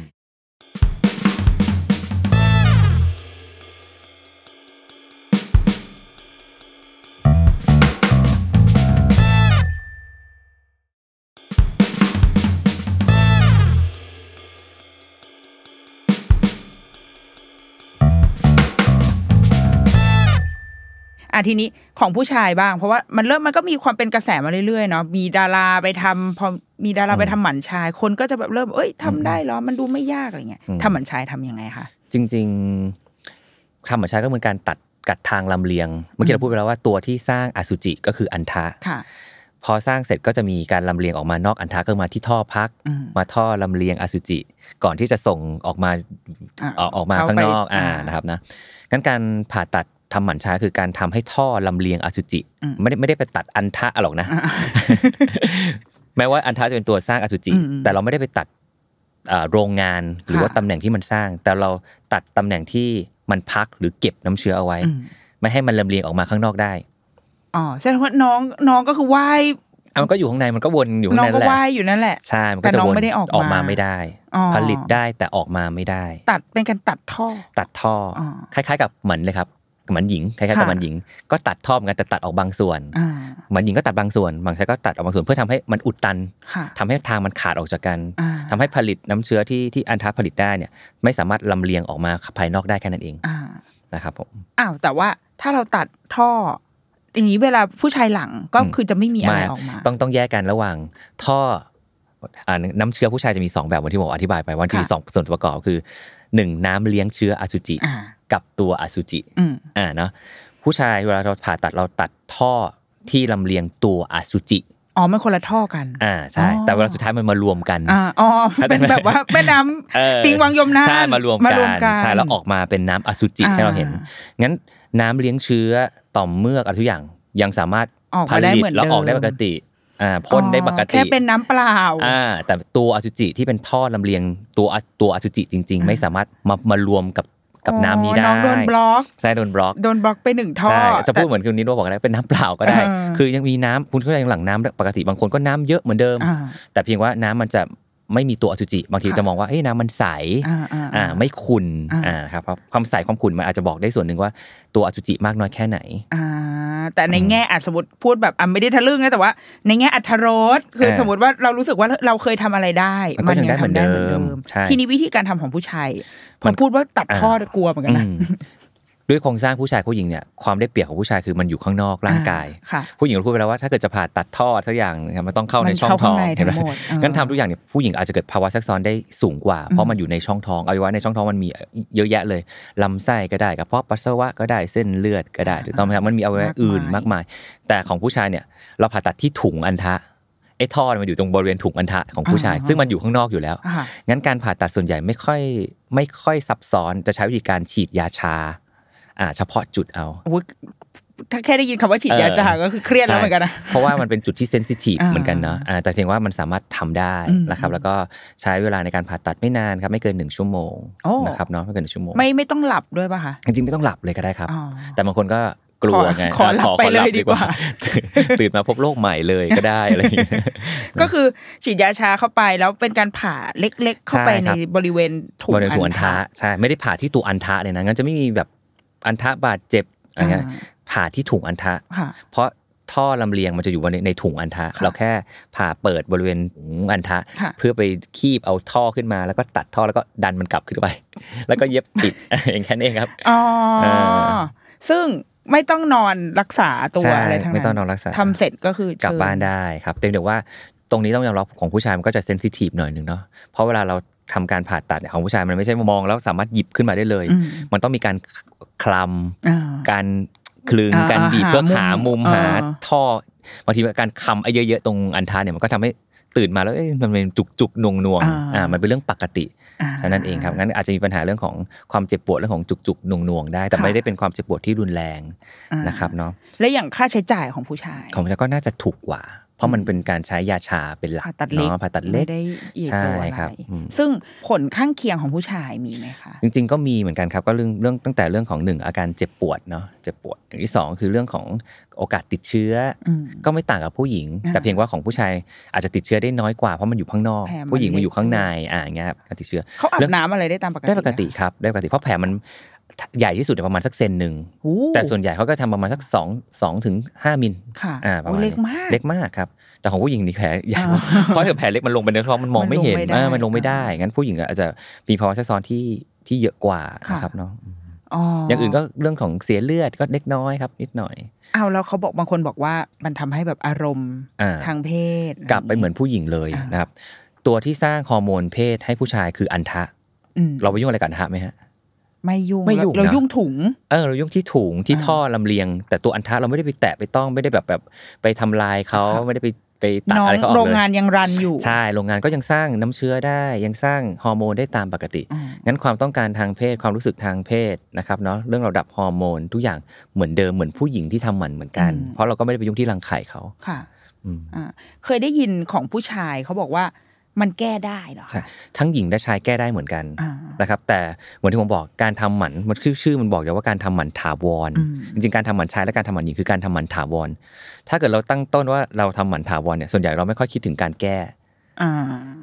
S1: อ่ะทีนี้ของผู้ชายบ้าง เพราะว่ามันเริ่มมันก็มีความเป็นกระแสมาเรื่อยๆเนาะมีดาราไปทำพอมีดาราไปทำหมันชาย คนก็จะแบบเริ่มเอ้ยทำได้เหรอมันดูไม่ยากอะไรเงี้ย
S2: อืม
S1: ทำหมันชายทำยังไงคะ
S2: จริงๆคำหมายใช้ก็เหมือนการตัดกัดทางลำเลียง เมื่อกี้เราพูดไปแล้วว่าตัวที่สร้างอสุจิก็คืออันทะ
S1: ค่ะ
S2: พอสร้างเสร็จก็จะมีการลำเลียงออกมานอกอันทะก็มาที่ท่อพัก
S1: อืม
S2: มาท่อลำเลียงอสุจิ ก่อนที่จะส่งออกมา
S1: อ่ะ
S2: เอ่อออกมา
S1: เข้า
S2: ข้างนอก
S1: ไป
S2: อ่า
S1: อ่าน
S2: นะครับนะงั้นการผ่าตัดทำหมันช้าคือการทำให้ท่อลำเลียงอสุจิ ไม่ได้ไม่ได้ไปตัดอันทะหรอกนะ *laughs* แม้ว่าอันทะจะเป็นตัวสร้างอสุจิ
S1: อืม
S2: แต่เราไม่ได้ไปตัดเอ่อโรงงานหรือว่า
S1: ค่ะ
S2: ตำแหน่งที่มันสร้าง แต่เราตัดตำแหน่งที่มันพักหรือเก็บน้ำเชื้อเอาไว้
S1: อืม
S2: ไม่ให้มันลำเลียงออกมาข้างนอกได้
S1: อ๋อแสดงว่าน้องน้องก็คือว่าย
S2: อ่ะมันก็อยู่ข้างในมันก็วนอยู่ข้าง
S1: น้อง
S2: ใน
S1: ก็
S2: แหละ
S1: ว่ายอยู่นั่นแหละ
S2: ใช่ มันก็
S1: แต่
S2: จะ
S1: น้อง
S2: วน
S1: ไม่ได้ออกมา
S2: ไม่ได้
S1: อ๋อ
S2: ผลิตได้แต่ออกมาไม่ได้
S1: ตัดเป็นการตัดท่อ
S2: ตัดท่ออ
S1: อ
S2: คล้ายๆ กับเหมือนเลยครับเหมือนหญิงคล้ายๆกับ
S1: ค่ะ
S2: เหมือนหญิง ก็ตัดท่อเหมือนกันแต่ตัดออกบางส่วน
S1: อ่า
S2: เหมือนหญิงก็ตัดบางส่วนบางชายก็ตัดออกบางส่วนเพื่อทำให้มันอุดตัน
S1: ค่ะ
S2: ทำให้ทางมันขาดออกจากกัน
S1: อ่า
S2: ทำให้ผลิตน้ำเชื้อที่ที่อันทะผลิตได้เนี่ยไม่สามารถลำเลียงออกมาภายนอกได้แค่นั้นเอง
S1: อ่า
S2: นะครับผม
S1: อ้าวแต่ว่าถ้าเราตัดท่ออย่างนี้เวลาผู้ชายหลังก็
S2: อืม
S1: คือจะไม่มีอะไรออกมา
S2: ต้องต้องแยกกันระหว่างท่ออ่าน้ำเชื้อผู้ชายจะมีสองแบบเหมือนที่ผมอธิบายไปว่าจะมี
S1: ค่ะ
S2: สองส่วนประกอบคือหนึ่งน้ำเลี้ยงเชื้ออสุจิ
S1: อ่า
S2: กับตัวอสุจิ
S1: อืม
S2: อ่าเนาะผู้ชายเวลาเราผ่าตัดเราตัดท่อที่ลำเลียงตัวอสุจิ
S1: อ๋อมันคนละท่อกัน
S2: อ่าใช่
S1: อ๋อ
S2: แต่เวลาสุดท้ายมันมารวมกัน
S1: อ่าอ๋อ
S2: เข้าใจ
S1: เป็น
S2: ไหม
S1: แบบว่าแม่น้
S2: เออ
S1: ำปิงวังยมน่าน
S2: ใช่มารวม
S1: มารวม
S2: กั
S1: กัน น
S2: ใช่แล้วออกมาเป็นน้ำอสุจิ
S1: อ่า
S2: ให้เราเห็น งั้นน้ำเลี้ยงเชื้อต่อมเมือกอะไรทุกอย่างยังสามารถ
S1: ออก
S2: ผ
S1: มาได้
S2: ลิต
S1: เหมือน
S2: แล้วออกได้
S1: เดิม
S2: ปกติอ่าพ่นได้ปกติ
S1: แค่เป็นน้ำเปล่า
S2: อ่าแต่ตัวอสุจิที่เป็นท่อลำเลียงตัวอตัวอสุจิจริง ๆ ไม่สามารถมามารวมกับกับน้ำนี้ได้
S1: อ๋อน้องโดนบล็อก
S2: ใช่โดนบล็อก
S1: โดนบล็อกไปหนึ่งท่อ
S2: ใช่จะพูดเหมือนคุณนิดว่าบอกนะเป็นน้ำเปล่าก็ได้
S1: เออ
S2: คือยังมีน้ำคุณเข้าใจหลังน้ำปกติบางคนก็น้ำเยอะเหมือนเดิม
S1: อ่า
S2: แต่เพียงว่าน้ำมันจะ ไม่มีตัวอสุจิบางที
S1: ค่ะ
S2: จะมองว่าเอ้ยน้ำมันใส
S1: อ่าอ่า
S2: อ่า
S1: อ่า
S2: ไม่ขุ่น
S1: อ่า
S2: อ่าครับเพราะความใสความขุ่นมันอาจจะบอกได้ส่วนหนึ่งว่าตัวอสุจิมากน้อยแค่ไหน
S1: อ่าแต่ในแง่อาจสมมติพูดแบบอ่ะไม่ได้ทะลึ่งนะแต่ว่า ในแง่อัธรสคือ
S2: เออ
S1: สมมติว่าเรารู้สึกว่าเราเคยทำอะไรได้
S2: มันก็ยังได้เหมือนเดิม
S1: ทำ
S2: ใช่
S1: ทีนี้วิธีการทำของผู้ชายพ
S2: มั
S1: อน พูดว่าตัดข้อกลัวเหมือนกันนะ
S2: อืมด้วยโครงสร้างผู้ชายผู้หญิงเนี่ยความได้เปรียบของผู้ชายคือมันอยู่ข้างนอกร่างกาย
S1: อ่ค่ะ
S2: ผู้หญิงเราพูดไปแล้วว่าถ้าเกิดจะผ่าตัดท่อสักอย่างเนี่ยมันต้องเข้าใน
S1: มัน
S2: ช่อง
S1: เข้า
S2: ท้
S1: ข้า
S2: อง ง
S1: ใน
S2: เห็นไหม
S1: ทั้งหมดอ่า
S2: งั้นทำทุกอย่างเนี่ยผู้หญิงอาจจะเกิดภาวะแทรกซ้อนได้สูงกว่า เพราะมันอยู่ในช่องท้องอวัยวะในช่องท้องมันมีเยอะแยะเลยลำไส้ก็ได้กระเพาะปัสสาวะก็ได้เส้นเลือดก็ได้ถูกต้องไหมครับมันมีอวัยวะอื่
S1: มาม
S2: นาก
S1: มาม
S2: กาย ย แต่ของผู้ชายเนี่ยเราผ่าตัดที่ถุงอันทะไอ้ท่อเนี่ยมันอยู่ตรงบริเวณถุงอันทะของผู้ชาย ซึ่งมันอยู่ข้างนอกอยู่แล้ว
S1: อ่า
S2: งั้นการผ่าตัดส่วนใหญ่ไม่ค่อยไม่ค่อยซับซ้อนจะใช้วิธีการฉีดยาชาอ่าเฉพาะจุดเอา
S1: อุ๊ยถ้าแค่ได้ยินคำว่าฉีดยา
S2: เออ
S1: จะหาก็คือเครียดแล้วเหมือนกันนะ
S2: เพราะว่ามันเป็นจุดที่เซนซิทีฟ
S1: อ่า
S2: เหมือนกันเนาะอ่าแต่เพียงว่ามันสามารถทำได้
S1: อืม
S2: นะครับ แล้วก็ใช้เวลาในการผ่าตัดไม่นานครับไม่เกินหนึ่งชั่วโมง
S1: โอ้
S2: นะครับเนาะไม่เกินหนึ่งชั่วโมง
S1: ไม่ไม่ต้องหลับด้วยป่ะคะ
S2: จริงๆไม่ต้องหลับเลยก็ได้ครับ
S1: อ๋อ
S2: แต่บางคนก็กลัวไง
S1: ขอขอหลับไปเลยดีกว่า
S2: ตื่นมา *laughs* พบโลกใหม่เลยก็ได้อะไรอย่างเงี้ย
S1: ก็คือฉีดยาชาเข้าไปแล้วเป็นการผ่าเล็ก ๆ เข้าไป
S2: ใช่
S1: ใน
S2: ครับ
S1: บริเวณถุง
S2: บริเวณถูกอันทะ
S1: ทะ
S2: ใช่ไม่ได้ผ่าที่ตัวอันทะเลยนะงั้นจะไม่มีแบบอันทะบาดเจ็บอะไรเงี้ย
S1: อ่า
S2: ผ่าที่ถุงอันทะ
S1: ค่ะ
S2: เพราะท่อลำเลียงมันจะอยู่ในในถุงอันทะ
S1: ค่ะ
S2: เราแค่ผ่าเปิดบริเวณถุงอันทะ
S1: ค่ะ
S2: เพื่อไปคีบเอาท่อขึ้นมา แล้วก็ตัดท่อแล้วก็ดันมันกลับขึ้นไป แล้วก็เย็บปิด *laughs* อย่างแค่นั้นเองครับ
S1: อ๋อ
S2: เออ
S1: ซึ่งไม่ต้องนอนรักษาตัว
S2: ใช่
S1: อะไรทั้งนั้น
S2: ไม่ต้องนอนรักษา
S1: ทำเสร็จก็คือก เชิญ
S2: ลับบ้านได้ครับแต่เดี๋ยวว่าตรงนี้ต้องยอมรับของผู้ชายมันก็จะเซนซิทีฟหน่อยหนึ่งเนาะเพราะเวลาเราทำการผ่าตัดเนี่ยของผู้ชายมันไม่ใช่มองแล้วสามารถหยิบขึ้นมาได้เลย
S1: อืม
S2: มันต้องมีการคลำ
S1: อ่า
S2: การคลึง
S1: อ่า
S2: การบีบ
S1: หา
S2: เพื่อ
S1: มุม
S2: หามุม
S1: เออ
S2: หาท่อบางทีการคำไอ้เยอะๆตรงอันทาเนี่ยมันก็ทำให้ตื่นมาแล้วเอ้ยมันเป็นจุกจุกๆนวงนวงๆอ่ามันเป็นเรื่องปกติ
S1: อ่
S2: เท่านั้นเองครับงั้นอาจจะมีปัญหาเรื่องของความเจ็บปวดเรื่องของจุกจุกๆนวงนวงๆได้ แต่
S1: ค่ะ
S2: ไม่ได้เป็นความเจ็บปวดที่รุนแรง
S1: อ่า
S2: นะครับเนาะ
S1: และอย่างค่าใช้จ่ายของผู้ชาย
S2: ของมันก็น่าจะถูกกว่า เพราะมันเป็นการใช้ยาชาเป็นหลัก
S1: ผ่าตัดเล็ก
S2: เนาะผ่าตัดเล็ก
S1: ไม่ได้อีกตัวอะ
S2: ใช่
S1: ไร
S2: ครับอืม
S1: ซึ่งผลข้างเคียงของผู้ชายมีไหมคะ
S2: จริงๆก็มีเหมือนกันครับก็เรื่องเรื่องตั้งแต่เรื่องของหนึ่งอาการเจ็บปวดเนาะเจ็บปวดอย่างที่สองคือเรื่องของโอกาสติดเชื้ออ
S1: ม
S2: ก็ไม่ต่างกับผู้หญิง
S1: อ่า
S2: แต่เพียงว่าของผู้ชายอาจจะติดเชื้อได้น้อยกว่าเพราะมันอยู่ข้างนอก
S1: แผลมัน
S2: ผู้หญิงมั
S1: เล็
S2: น
S1: ก
S2: อยู่ข้างในอ่าอย่างเงี้ยครับการติดเชื้อ
S1: เขาอา
S2: เรื่
S1: บ
S2: อง
S1: น้ำอะไรได้ตามปกติ
S2: ได้ปกติ
S1: อะ
S2: ครับได้ปกติเพราะแผลมันใหญ่ที่สุดเนี่ยประมาณสักเซนหนึ่ง
S1: โอ้
S2: แต่ส่วนใหญ่เขาก็ทำประมาณสักสองสองถึงห้ามิล
S1: ค่ะ
S2: อ่าประ
S1: โอ้
S2: มาณ
S1: เล็ก
S2: นี้
S1: มาก
S2: เล็กมากครับแต่ของผู้หญิงนี่แผลใหญ่
S1: อ่า
S2: เพราะถ้าแผลเล็กมันลงไปในท้องมันมองไม่เห็น
S1: มันลงไม่ได้
S2: เออมันลงไม่ได้งั้นผู้หญิงอาจจะมีภาวะแทรกซ้อนที่ที่เยอะกว่านะครับเนาะ อย่างอื่นก็เรื่องของเสียเลือดก็เล็กน้อยครับนิดหน่อย
S1: เอาแล้วเขาบอกบางคนบอกว่ามันทำให้แบบอารมณ์
S2: อ่า
S1: ทางเพศะร
S2: กลับไปเหมือนผู้หญิงเลยนะครับ ตัวที่สร้างฮอร์โมนเพศให้ผู้ชายคืออันทะ
S1: อืม
S2: เราไปยุ่งอะไรกับอันทะไหมฮะ
S1: ไม่ยุ่ง
S2: ไม่ยุ่ง
S1: เรา
S2: นะ
S1: ยุ่งถุง
S2: เออเรายุ่งที่ถุงที่
S1: อ่า
S2: ท่อลำเลียง แต่ตัวอันทะเราไม่ได้ไปแตะไปต้องไม่ได้แบบแบบไปทำลายเขา
S1: ครับ
S2: ไม่ได้ไปไปตัด
S1: น้อง
S2: อะไรเขาออกเลย
S1: โรงงานยังรันอยู่
S2: ใช่โรงงานก็ยังสร้างน้ำเชื้อได้ยังสร้างฮอร์โมนได้ตามปกติ
S1: อืม
S2: งั้นความต้องการทางเพศความรู้สึกทางเพศนะครับเนาะเรื่องระดับฮอร์โมนทุกอย่างเหมือนเดิมเหมือนผู้หญิงที่ทำหมันเหมือนกัน
S1: อืม
S2: เพราะเราก็ไม่ได้ไปยุ่งที่รังไข่เขา
S1: ค่ะ
S2: อืม
S1: อ่าเคยได้ยินของผู้ชายเขาบอกว่ามันแก้ได้เหรอคะ
S2: ใช่ทั้งหญิงและชายแก้ได้เหมือนกัน
S1: อ่า
S2: นะครับ แต่เหมือนที่ผมบอกการทำหมันมันคือชื่อมันบอกอยู่แล้วว่าการทำหมันถาวร
S1: อืม
S2: จริงๆการทำหมันชายและการทำหมันหญิงคือการทำหมันถาวร ถ้าเกิดเราตั้งต้นว่าเราทำหมันถาวรเนี่ยส่วนใหญ่เราไม่ค่อยคิดถึงการแก้
S1: อ่า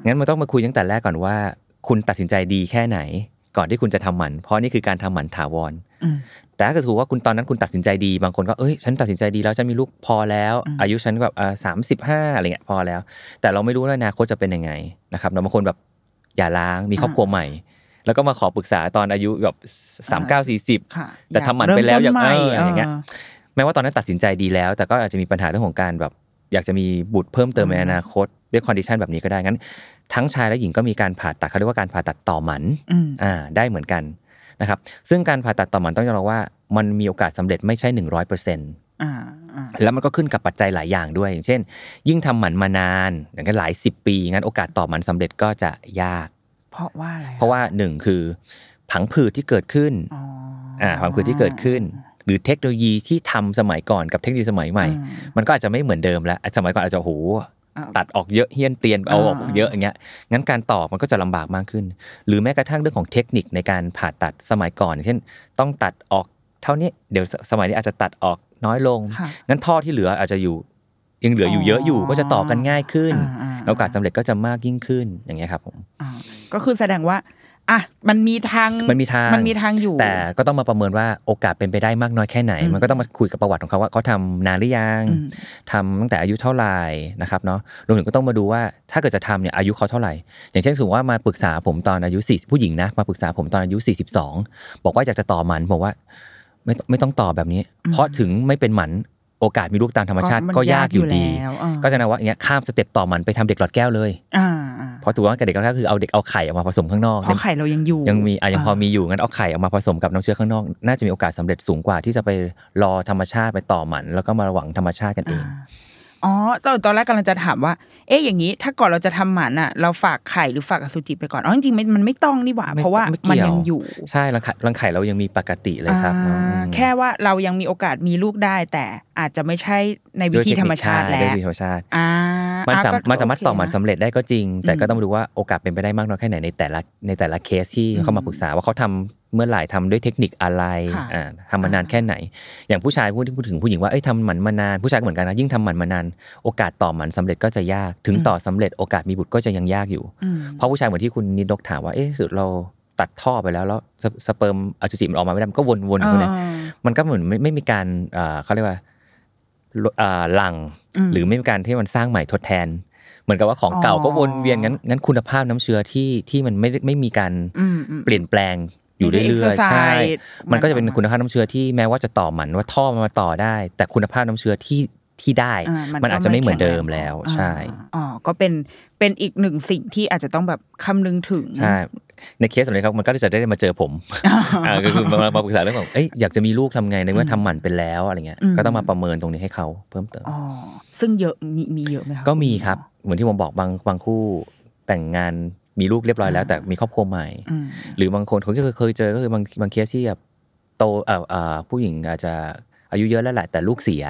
S2: งั้นมันต้องมาคุยตั้งแต่แรกก่อนว่า คุณตัดสินใจดีแค่ไหน ก่อนที่คุณจะทำหมัน เพราะนี่คือการทำหมันถาวร
S1: อืม
S2: แต่ถ้าเกิดถือว่าคุณตอนนั้นคุณตัดสินใจดีบางคนก็เอ้ยฉันตัดสินใจดีแล้วฉันมีลูกพอแล้ว อายุฉันแบบสามสิบห้าอะไรเงี้ยพอแล้ว แต่เราไม่รู้ว่าอนาคตจะเป็นยังไงนะครับเนาะบางคนแบบอย่าล้างมีครอบครัวใหม่ แล้วก็มาขอปรึกษาตอนอายุแบบสามเก้าสี่สิบ
S1: ค่ะ
S2: แต่ทำหมันไปแล้วอย่าง
S1: เริ่
S2: เอ
S1: ม
S2: อ
S1: ต้นใหม่
S2: อย่างเงี้ย
S1: เออ
S2: แม้ว่าตอนนั้นตัดสินใจดีแล้ว แต่ก็อาจจะมีปัญหาเรื่องของการแบบ อยากจะมีบุตรเพิ่มเติมในอนาคตด้วยคอนดิชันแบบนี้ก็ได้งั้น ทั้งชายและหญิงก็มีการผ่าตัดเขาเรียกว่าการผ่าตัดต่อหมัน
S1: อืม
S2: อ่าได้เหมือนกันนะครับซึ่งการผ่าตัดต่อมหมันต้องยอมรับว่ามันมีโอกาสสำเร็จไม่ใช่ 100%
S1: อ่าอ่า
S2: แล้วมันก็ขึ้นกับปัจจัยหลายอย่างด้วย อย่างเช่น ยิ่งทำหมันมานาน อย่างเช่นหลาย 10 ปี งั้นโอกาสต่อหมันสำเร็จก็จะยาก
S1: เพราะว่าอะไรอ
S2: เพราะว่า 1 คือผังผืดที่เกิดขึ้น
S1: อ๋ออ่
S2: าผังผืดที่เกิดขึ้น หรือเทคโนโลยีที่ทำสมัยก่อนกับเทคโนโลยีสมัยใหม่
S1: อืม
S2: มันก็อาจจะไม่เหมือนเดิมแล้ว สมัยก่อนอาจจะโอ้โห
S1: อ่า
S2: ตัดออกเยอะเฮี้ยนเตียนเอาออก
S1: อ่า
S2: เยอะอย่างเงี้ย งั้นการต่อมันก็จะลำบากมากขึ้น หรือแม้กระทั่งเรื่องของเทคนิคในการผ่าตัดสมัยก่อน เช่น ต้องตัดออกเท่านี้ เดี๋ยวสสมัยนี้อาจจะตัดออกน้อยลง
S1: ค่ะ
S2: งั้นท่อที่เหลืออาจจะอยู่ ยังเหลืออยู่เยอะอยู่
S1: อ๋อ
S2: ก็จะต่อกันง่ายขึ้น
S1: อ่าๆ
S2: โอกาสสำเร็จก็จะมากยิ่งขึ้นอย่างเงี้ยครับผม
S1: อ่าก็คือแสดงว่า อ่ะ มันมีทาง
S2: มันมีทาง
S1: มันมีทางอยู่
S2: แต่ก็ต้องมาประเมินว่าโอกาสเป็นไปได้มากน้อยแค่ไหน
S1: อืม
S2: มันก็ต้องมาคุยกับประวัติของเขาว่าเขาทำนานหรือยัง
S1: อืม
S2: ทำตั้งแต่อายุเท่าไหร่นะครับเนาะรวมถึงก็ต้องมาดูว่าถ้าเกิดจะทำเนี่ยอายุเขาเท่าไหร่ อย่างเช่นสมมติว่ามาปรึกษาผมตอนอายุ4ผู้หญิงนะมาปรึกษาผมตอนอายุ 42 บอกว่าอยากจะต่อหมันผมว่าไม่ไม่ต้องต่อแบบนี้ เพราะถึงไม่เป็นหมันโอกาสมีลูกตามธรรมชาติ
S1: น
S2: ก็ยากอยู่ดี
S1: แล้วอ่า
S2: ก็จะนะว่าอย่างเงี้ยข้ามสเต็ปต่อหมันไปทำเด็กหลอดแก้วเลย
S1: อ่าอ่า
S2: เพราะถือว่าเด็กหลอดแก้วคือเอาเด็กเอาไข่ออกมาผสมข้างนอก
S1: เพราะไข่เรายังอยู่
S2: ยังมีอ่ะยังพอมีอยู่งั้นเอาไข่ออกมาผสมกับน้ำเชื้อข้างนอก น่าจะมีโอกาสสำเร็จสูงกว่าที่จะไปรอธรรมชาติไปต่อหมัน แล้วก็มาหวังธรรมชาติกันเอง
S1: อ๋อตอนตอนแรกกำลังจะถามว่า เอ๊ะอย่างนี้ถ้าก่อนเราจะทำหมันอ่ะ เราฝากไข่หรือฝากอสุจิไปก่อนอ๋อจริงๆมันมันไม่ต้องนี่หว่า
S2: ไม่
S1: เพราะว่า
S2: ไม่เกี่ยว
S1: มันยังอยู่
S2: ใช่รังไข่รังไข่เรายังมีปกติเลยครับ
S1: อ่า
S2: เนาะอืม
S1: แค่ว่าเรายังมีโอกาสมีลูกได้ แต่อาจจะไม่ใช่ในวิ
S2: ด้วย
S1: ธี
S2: เทคนิค
S1: ธรรมชาติแล้ว
S2: ใด้วยวิธีธรรมชาติ
S1: อ่า
S2: มัน
S1: อ่ะ
S2: สาม
S1: ก็
S2: มันสามารถ
S1: โเค
S2: ต่อหมัน
S1: นะ
S2: สำเร็จได้ก็จริง แต่ก็
S1: อืม
S2: ต้องมาดูว่าโอกาสเป็นไปได้มากน้อยแค่ไหนในแต่ละในแต่ละเคสที่เขามาปรึกษาว่าเขาทำเมื่อไหร่ทำด้วยเทคนิคอะไร
S1: ค่ะ
S2: อ่าทำมานานแค่ไหน อย่างผู้ชายพูดพูดถึงผู้หญิงว่าเอ้ยทำหมันมานานผู้ชายก็เหมือนกันนะยิ่งทำหมันมานานโอกาสต่อหมันสำเร็จก็จะยากถึง
S1: อืม
S2: ต่อสำเร็จโอกาสมีบุตรก็จะยังยากอยู่
S1: อืม
S2: เพราะผู้ชายเหมือนที่คุณนิดดกถามว่า เอ๊ะคือเราตัดท่อไปแล้ว แล้วสเปสเปิร์มอสุจิมันออกมาไม่ได้ มันก็วนๆอยู่ตรงนั้น
S1: อ่า
S2: มันก็เหมือนไม่ไม่มีการอ่าเขาเรียกว่าลดอ่าหลัง
S1: อืม
S2: หรือไม่มีการที่มันสร้างใหม่ทดแทน เหมือนกับว่าของเก่า
S1: อ๋อ
S2: ก็วนเวียนงั้นงั้นคุณภาพน้ำเชื้อที่ที่มันไม่ได้ไม่มีการ
S1: อืมอืม
S2: เปลี่ยนแปลงอยู่เรื่อยๆ
S1: exercise
S2: ใช่ มันก็จะเป็น
S1: มันออกมา
S2: คุณภาพน้ำเชื้อที่แม้ว่าจะต่อหมันว่าท่อมันมาต่อได้ แต่คุณภาพน้ำเชื้อที่ที่ได้
S1: อ่ามัน
S2: มันอาจ
S1: ก็
S2: จะไม่
S1: ไม่
S2: เหมือน
S1: แข็ง
S2: เดิม
S1: แรง
S2: แล้วใช่
S1: อ่าอ๋อ ก็เป็น เป็นอีกหนึ่งสิ่งที่อาจจะต้องแบบคำนึงถึง
S2: ใช่ ในเคสแบบนี้ครับมันก็จะได้มาเจอ
S1: *laughs*
S2: ผมอ่าก็คือมามาปรึกษาเรื่องของเอ้ยอยากจะมีลูกทำไงในเมื่อทำหมันไปแล้วอะไรเงี้ย
S1: อืม
S2: ก็ต้องมาประเมินตรงนี้ให้เขาเพิ่มเติม
S1: อ๋อ ซึ่งเยอะ มีมีเยอะไหมคะ
S2: ก็มีครับเหมือนที่ผมบอกบางบางคู่แต่งงานมีลูกเรียบร้อยแล้ว แต่มีครอบครัวใหม่
S1: อืม
S2: หรือบางคนเขาก็เคยเจอก็คือบางบางเคสที่แบบโตเอ่อเอ่อผู้หญิงอาจจะอายุเยอะแล้วแหละแต่ลูกเสีย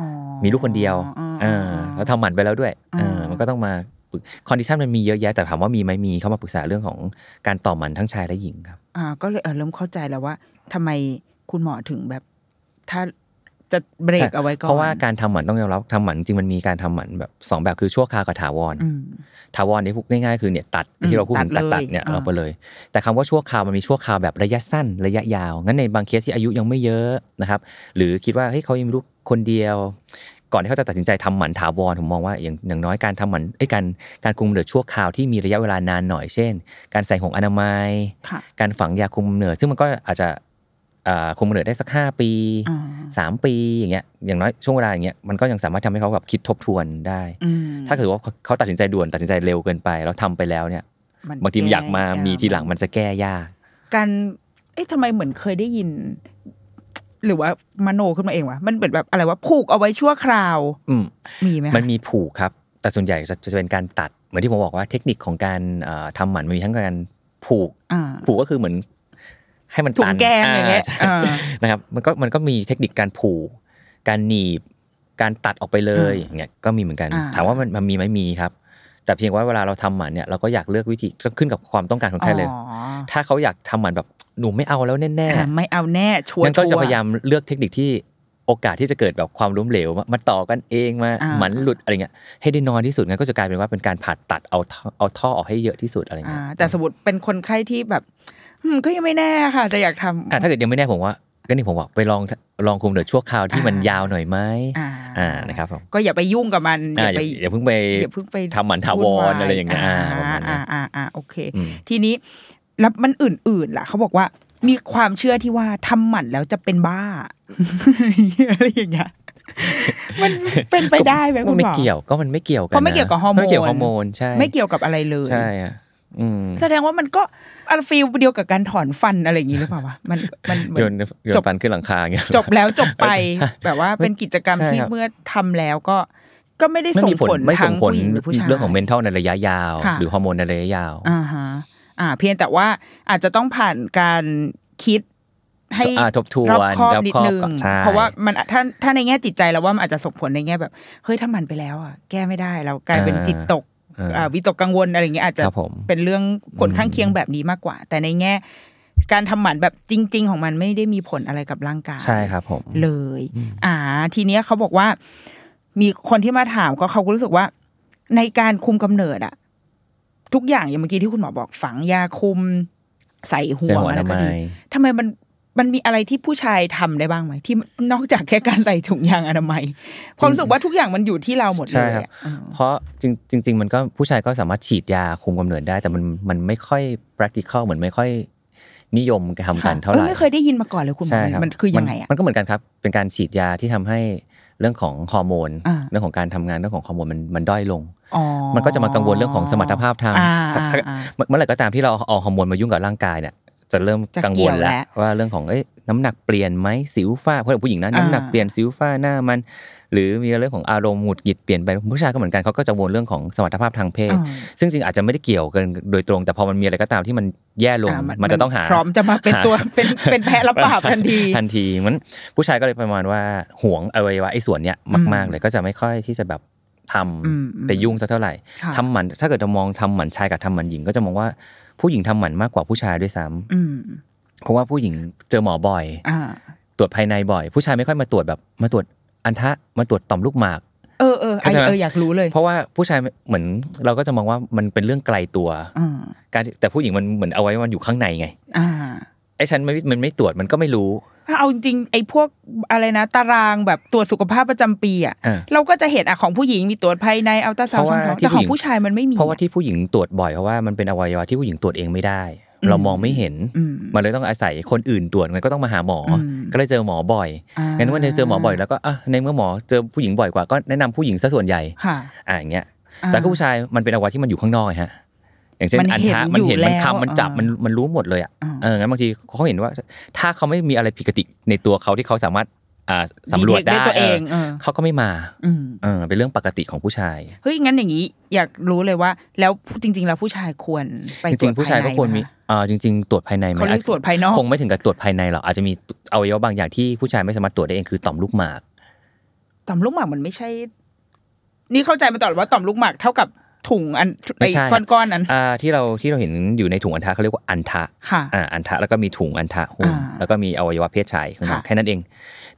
S1: อ๋อ
S2: มีลูกคนเดียว
S1: อ๋อ
S2: เอ
S1: อ๋อ
S2: อ
S1: อ๋อ
S2: แล้วทำหมันไปแล้วด้วยเออ
S1: อ่ามั
S2: มันก็ต้องมาคอนดิชันมันมีเยอะแยะแต่ถามว่ามีไหมมีเขามาปรึกษาเรื่องของการต่อหมันทั้งชายและหญิงครับ
S1: อ่า ก็เลยเออเริ่มเข้าใจแล้วว่าทำไมคุณหมอถึงแบบ ถ้าจะเบรกเอาไว้ก่อน
S2: เพราะว่าการทำหมันต้องยอมรับทำหมันจริงมันมีการทำหมันแบบสองแบบคือชั่วคราวกับถาวร
S1: อืม
S2: ถาวรเนี่ยพูดง่ายๆคือเนี่ยตัด
S1: อืม
S2: ที่เราพูดถึง
S1: ตั
S2: ตั
S1: ด
S2: ด
S1: เลย
S2: ตัดๆเนี่ย
S1: อ่า
S2: เราไปเลย แต่คำว่าชั่วคราวมันมีชั่วคราวแบบระยะสั้นระยะยาว งั้นในบางเคสที่อายุยังไม่เยอะนะครับหรือคิดว่าเฮ้ยเขายังมีลูกคนเดียว ก่อนที่เขาจะตัดสินใจทำหมันถาวรผมมองว่าอย่างอย่างน้อยการทำหมันไอ้ยการการคุมกำเนิดชั่วคราวที่มีระยะเวลานานหน่อยเช่น การใส่หงอนามัย
S1: ค่ะ
S2: การฝังยาคุมกำเนิดซึ่งมันก็อาจจะอ่าคุมกำเนิดได้สักห้าปี
S1: อ่า
S2: สามปีอย่างเงี้ยอย่างน้อยช่วงเวลาอย่างเงี้ยมันก็ยังสามารถทำให้เขาแบบคิดทบทวนได้
S1: อืม
S2: ถ้าเกิดว่าเขาตัดสินใจด่วนตัดสินใจเร็วเกินไป แล้วทำไปแล้วเนี่ย
S1: น
S2: บางทีมันอยากมา
S1: แ
S2: มีทีหลังมันจะแก้ยาก
S1: การ เอ๊ะทำไมเหมือนเคยได้ยิน หรือว่ามโนขึ้นมาเองวะ มันเหมือนแบบอะไรว่าผูกเอาไว้ชั่วคราว
S2: อืม
S1: มีไหมคะ
S2: มันมีผูกครับ แต่ส่วนใหญ่จะจะเป็นการตัดเหมือนที่ผมบอกว่าเทคนิคของการเอ่อทำหมันมันมีทั้งการผูก
S1: อ่า
S2: ผูกก็คือเหมือนให้มัน
S1: ถุง
S2: ตัน
S1: แกงอย่างเงี้ย
S2: ใช่
S1: อ่า
S2: นะครับมันก็มันก็มีเทคนิคการผูก การหนีบ การตัดออกไปเลยอย่างเงี้ยก็มีเหมือนกัน
S1: อ่า
S2: ถามว่ามันมันมีไหมมีครับ แต่เพียงว่าเวลาเราทำหมันเนี่ยเราก็อยากเลือกวิธีก็ขึ้นกับความต้องการของใครเลย
S1: อ๋อ
S2: ถ้าเขาอยากทำหมันแบบหนูไม่เอาแล้วแน่
S1: อ่ะไม่เอาแน่ชั
S2: ๆ
S1: วร์
S2: งั้นก็จะ
S1: ชัวร์
S2: พยายามเลือกเทคนิคที่โอกาสที่จะเกิดแบบความล้มเหลวมามาต่อกันเองมา
S1: อ่า
S2: หมันหลุดอะไรเงี้ยให้ได้น้อยที่สุดงั้นก็จะกลายเป็นว่าเป็นการผ่าตัดเอาท่อเอาท่อออกให้เยอะที่สุดอะไร
S1: อ่า
S2: เงี้ย
S1: แต่สมมติเป็นคนไข้ที่แบบอืมก็ยังไม่แน่ค่ะ จะอยากทำ
S2: อ่ะถ้าเกิดยังไม่แน่ผมว่าก็นี่ผมบอกไปลองลองคุมเดือดชั่วคราวที่มัน
S1: อ่าย
S2: ยาวหน่อยไหม
S1: อ่า
S2: อ่านะครับผม
S1: ก็อย่าไปยุ่งกับมัน
S2: อ่าอย่าอย่าเพิ่งไป
S1: อย่าเพิ่งไป
S2: ทำหมันถาวร
S1: นย
S2: อะไรอย่างเงี้ย
S1: อ่า
S2: อ่าประมาณเนี้
S1: อ่าย อ่าอ่าโอเค
S2: อืม
S1: ทีนี้แล้วมันอื่นๆล่ะเขาบอกว่ามีความเชื่อที่ว่าทำหมันแล้วจะเป็นบ้า อะไรอย่างเงี้ยมันเป็นไปได้ไหม
S2: มั
S1: คุณ
S2: น
S1: หมอ
S2: ไม่เกี่ยวก็มันไม่เกี่ยวกัน
S1: เพราะไม่เกี่ยวกับฮอร์โมน
S2: ไม่เกี่ยวฮอร์โมนใช่
S1: ไม่เกี่ยวกับอะไรเลย
S2: ใช่อ่ะอืม
S1: แสดงว่ามันก็อันฟีลเดียวกับการถอนฟันอะไรอย่างนี้หรือเปล่าวะมันมันเหมือ
S2: โย
S1: น
S2: นโยน
S1: จบ
S2: ฟันขึ้นหลังคาอย่างเงี้ย
S1: จบแล้วจบไป
S2: ใช่
S1: แบบว่าเป็นกิจกรรม
S2: ใช่
S1: ที่
S2: ครับ
S1: เมื่อทำแล้วก็ก็ไม่ได้
S2: ไม่
S1: ส่ง
S2: มีผ
S1: ผ
S2: ล
S1: ล
S2: ไม่
S1: ทั้
S2: ส่
S1: ง
S2: งผล
S1: ผู้หญิงหรือผู้ชาย
S2: เรื่องของเมนเทลในระยะยาว
S1: ค่ะ
S2: หรือฮอร์โมนในระยะยาว
S1: อ่าฮะอ่า เพียงแต่ว่าอาจจะต้องผ่านการคิดให้
S2: อ่าทบทวน
S1: รอบคอบ
S2: รอบ
S1: นิด
S2: คอบ
S1: นึง
S2: ก่อนใช่
S1: เพราะว่ามันถ้าถ้าในแง่จิตใจแล้วว่ามันอาจจะส่งผลในแง่แบบเฮ้ยถ้ามันไปแล้วอ่ะแก้ไม่ได้เรากลายเป็น
S2: อ่า
S1: จิตตก
S2: อ่า
S1: อ่าวิตกกังวลอะไรอย่างเงี้ยอาจจะ
S2: ครับผม
S1: เป็นเรื่องผลข้างเคียงแบบนี้มากกว่า แต่ในแง่ การทำหมันแบบจริง ๆ ของมันไม่ได้มีผลอะไรกับร่างกาย
S2: ใช่ครับผม
S1: เลย อ่า ทีเนี้ยเขาบอกว่า มีคนที่มาถามก็เขาก็รู้สึกว่า ในการคุมกำเนิดอะทุกอย่างอย่างเมื่อกี้ที่คุณหมอบอกฝังยาคุม ใส่ห่
S2: ใส่
S1: วง
S2: หัว
S1: อะไร
S2: ทำไม
S1: ก็ดีทำไมมันมันมีอะไรที่ผู้ชายทำได้บ้างไหมที่นอกจากแค่การใส่ถุงยางอนามัยความรู้สึกว่าทุกอย่างมันอยู่ที่เราหมดเล
S2: ใช่
S1: ย
S2: ครับ
S1: อะอืม
S2: เพราะจริงจริง ๆ มันก็ผู้ชายก็สามารถฉีดยาคุมกำเนิดได้ แต่มันมันไม่ค่อย practical เหมือนไม่ค่อยนิยมทำกันเท่าไห
S1: อ้
S2: ร่
S1: ยไม่เคยได้ยินมาก่อนเลยคุณหมอ
S2: ใช่รับ
S1: มันคือยังไงอ่ะ
S2: มันก็เหมือนกันครับ เป็นการฉีดยาที่ทำให้เรื่องของฮอร์โมน
S1: อ่า
S2: เรื่องของการทำงานเรื่องของฮอร์โมนมันมันด้อยลง
S1: อ๋อ
S2: มันก็จะมากังวลเรื่องของสมรรถภาพทาง
S1: อ่
S2: เมื่อเมื่อไหร่ก็ตามที่เราเอาฮอร์โมนมายุ่งกับร่างกายเนี่ยจะเริ่ม
S1: จะ
S2: กัง
S1: เกี่
S2: วล
S1: ยว
S2: แล้ว
S1: แล้ว
S2: ว่าเรื่องของเอ้ยน้ำหนักเปลี่ยนไหมสิวฝ้าเพราะผู้หญิงนะ
S1: อ่า
S2: น้ำหนักเปลี่ยนสิวฝ้าหน้ามัน หรือมีเรื่องของอารมณ์หงุดหงิดเปลี่ยนไปผู้ชายก็เหมือนกันเขาก็จะกังวลเรื่องของสมรรถภาพทางเพศ
S1: อ่า
S2: ซึ่งจริงอาจจะไม่ได้เกี่ยวกันโดยตรง แต่พอมันมีอะไรก็ตามที่มันแย่ลง
S1: อ่า
S2: มันจะต้องหา
S1: พร้อมจะมาเป็น
S2: หา
S1: ตัวเป็นเป็นแพะรับบาปทันที
S2: ทันทีมันผู้ชายก็เลยประมาณว่าห่วงอวัยวะไอ้ส่วนเนี้ยมากๆเลยก็จะไม่ค่อยที่จะแบบทำ
S1: อืมอืม
S2: ไปยุ่งสักเท่าไหร่
S1: ค่ะ
S2: ทำหมันถ้าเกิดเรามองทำหมันชายกับทำหมันหญิงก็จะมองว่าผู้หญิงทำหมันมากกว่าผู้ชายด้วยซ้
S1: อืม
S2: ำเพราะว่าผู้หญิงเจอหมอบ่อย
S1: อ่า
S2: ตรวจภายในบ่อย ผู้ชายไม่ค่อยมาตรวจแบบมาตรวจอันทะมาตรวจต่อมลูกหมาก
S1: เออเออไอ
S2: เข้าใจไหม
S1: เอออยากรู้เลย
S2: เพราะว่าผู้ชายเหมือนเราก็จะมองว่ามันเป็นเรื่องไกลตัว
S1: อ่า
S2: การที่แต่ผู้หญิงมันเหมือนเอาไว้มันอยู่ข้างในไง
S1: อ่า
S2: ไอ้ฉันไม่มันไม่ตรวจมันก็ไม่รู้
S1: ถ้าเอาจริงๆไอพวกอะไรนะ ตารางแบบตรวจสุขภาพประจำปีอ่ะ
S2: อ่า
S1: เราก็จะเห็นอ่ะของผู้หญิงมีตรวจภายในเอาตาสา
S2: เพ
S1: วช่อ
S2: ราะ
S1: งท้อ
S2: ว่าง ที่
S1: แต่ข
S2: ผู้หญิง
S1: องผู้ชายมันไม่มี
S2: เพราะว่าที่ผู้หญิงตรวจบ่อยเพราะว่ามันเป็นอวัยวะที่ผู้หญิงตรวจเองไม่ได้ เรามองไม่เห็น
S1: อืม
S2: มันเลยต้องอาศัยคนอื่นตรวจมันก็ต้องมาหาหมออ
S1: ม
S2: ก็เลยเจอหมอบ่อย
S1: อ่า
S2: งั้นว่าเธอเจอหมอบ่อยแล้วก็อ่ะในเมื่อหมอเจอผู้หญิงบ่อยกว่าก็แนะนำผู้หญิงซะส่วนใหญ่
S1: ค่ะ
S2: อ่ะอย่างเงี้ย
S1: อ่า
S2: แต่ก็ผู้ชายมันเป็นอวัยวะที่มันอยู่ข้างนอกไงฮะ อย่างเช่น
S1: มัน
S2: อัน
S1: เห็น
S2: ทะ
S1: อยู่
S2: มันเห็นมัน
S1: แล้ว
S2: คำมันจับ
S1: อ่ามั
S2: มันมันรู้หมดเลยอ่ะ
S1: อ่า
S2: เอองั้นบางทีเขาเห็นว่า ถ้าเขาไม่มีอะไรผิดปกติในตัวเขาที่เขาสามารถอ่าสำรวจได้
S1: เกตัวเองเออ
S2: เออเขาก็ไม่มา
S1: อืม
S2: เออเป็นเรื่องปกติของผู้ชาย
S1: เฮ้ยงั้นอย่างนี้อยากรู้เลยว่า แล้วจริง ๆ แล้วผู้ชายควรไป
S2: จริงๆผู้ชายก็ควรมี
S1: ตวจ
S2: เอ่อจริง ๆ ตรวจภายใน
S1: ภายในไหม
S2: ไหม
S1: เขาเรียกตรวจภายนอก
S2: คงไม่ถึงกับตรวจภายในหรอกอาจจะมีอวัยวะบางอย่างที่ผู้ชายไม่สามารถตรวจได้เองคือต่อมลูกหมาก
S1: ต่อมลูกหมากมันไม่ใช่ นี่เข้าใจมาตลอดว่าต่อมลูกหมากเท่ากับถุงอัน
S2: ไม่
S1: ไอ้
S2: ใช่
S1: ก้อนก้อนๆนั้น
S2: อ่าที่เราที่เราเห็นอยู่ในถุงอันทะเขาเรียกว่าอันทะ
S1: ค่ะ
S2: อ่าอันทะแล้วก็มีถุงอันทะหุ้ม
S1: อ่า
S2: แล้วก็มีอวัยวะเพศชายข้างนอก
S1: ค่ะ
S2: แค่นั้นเอง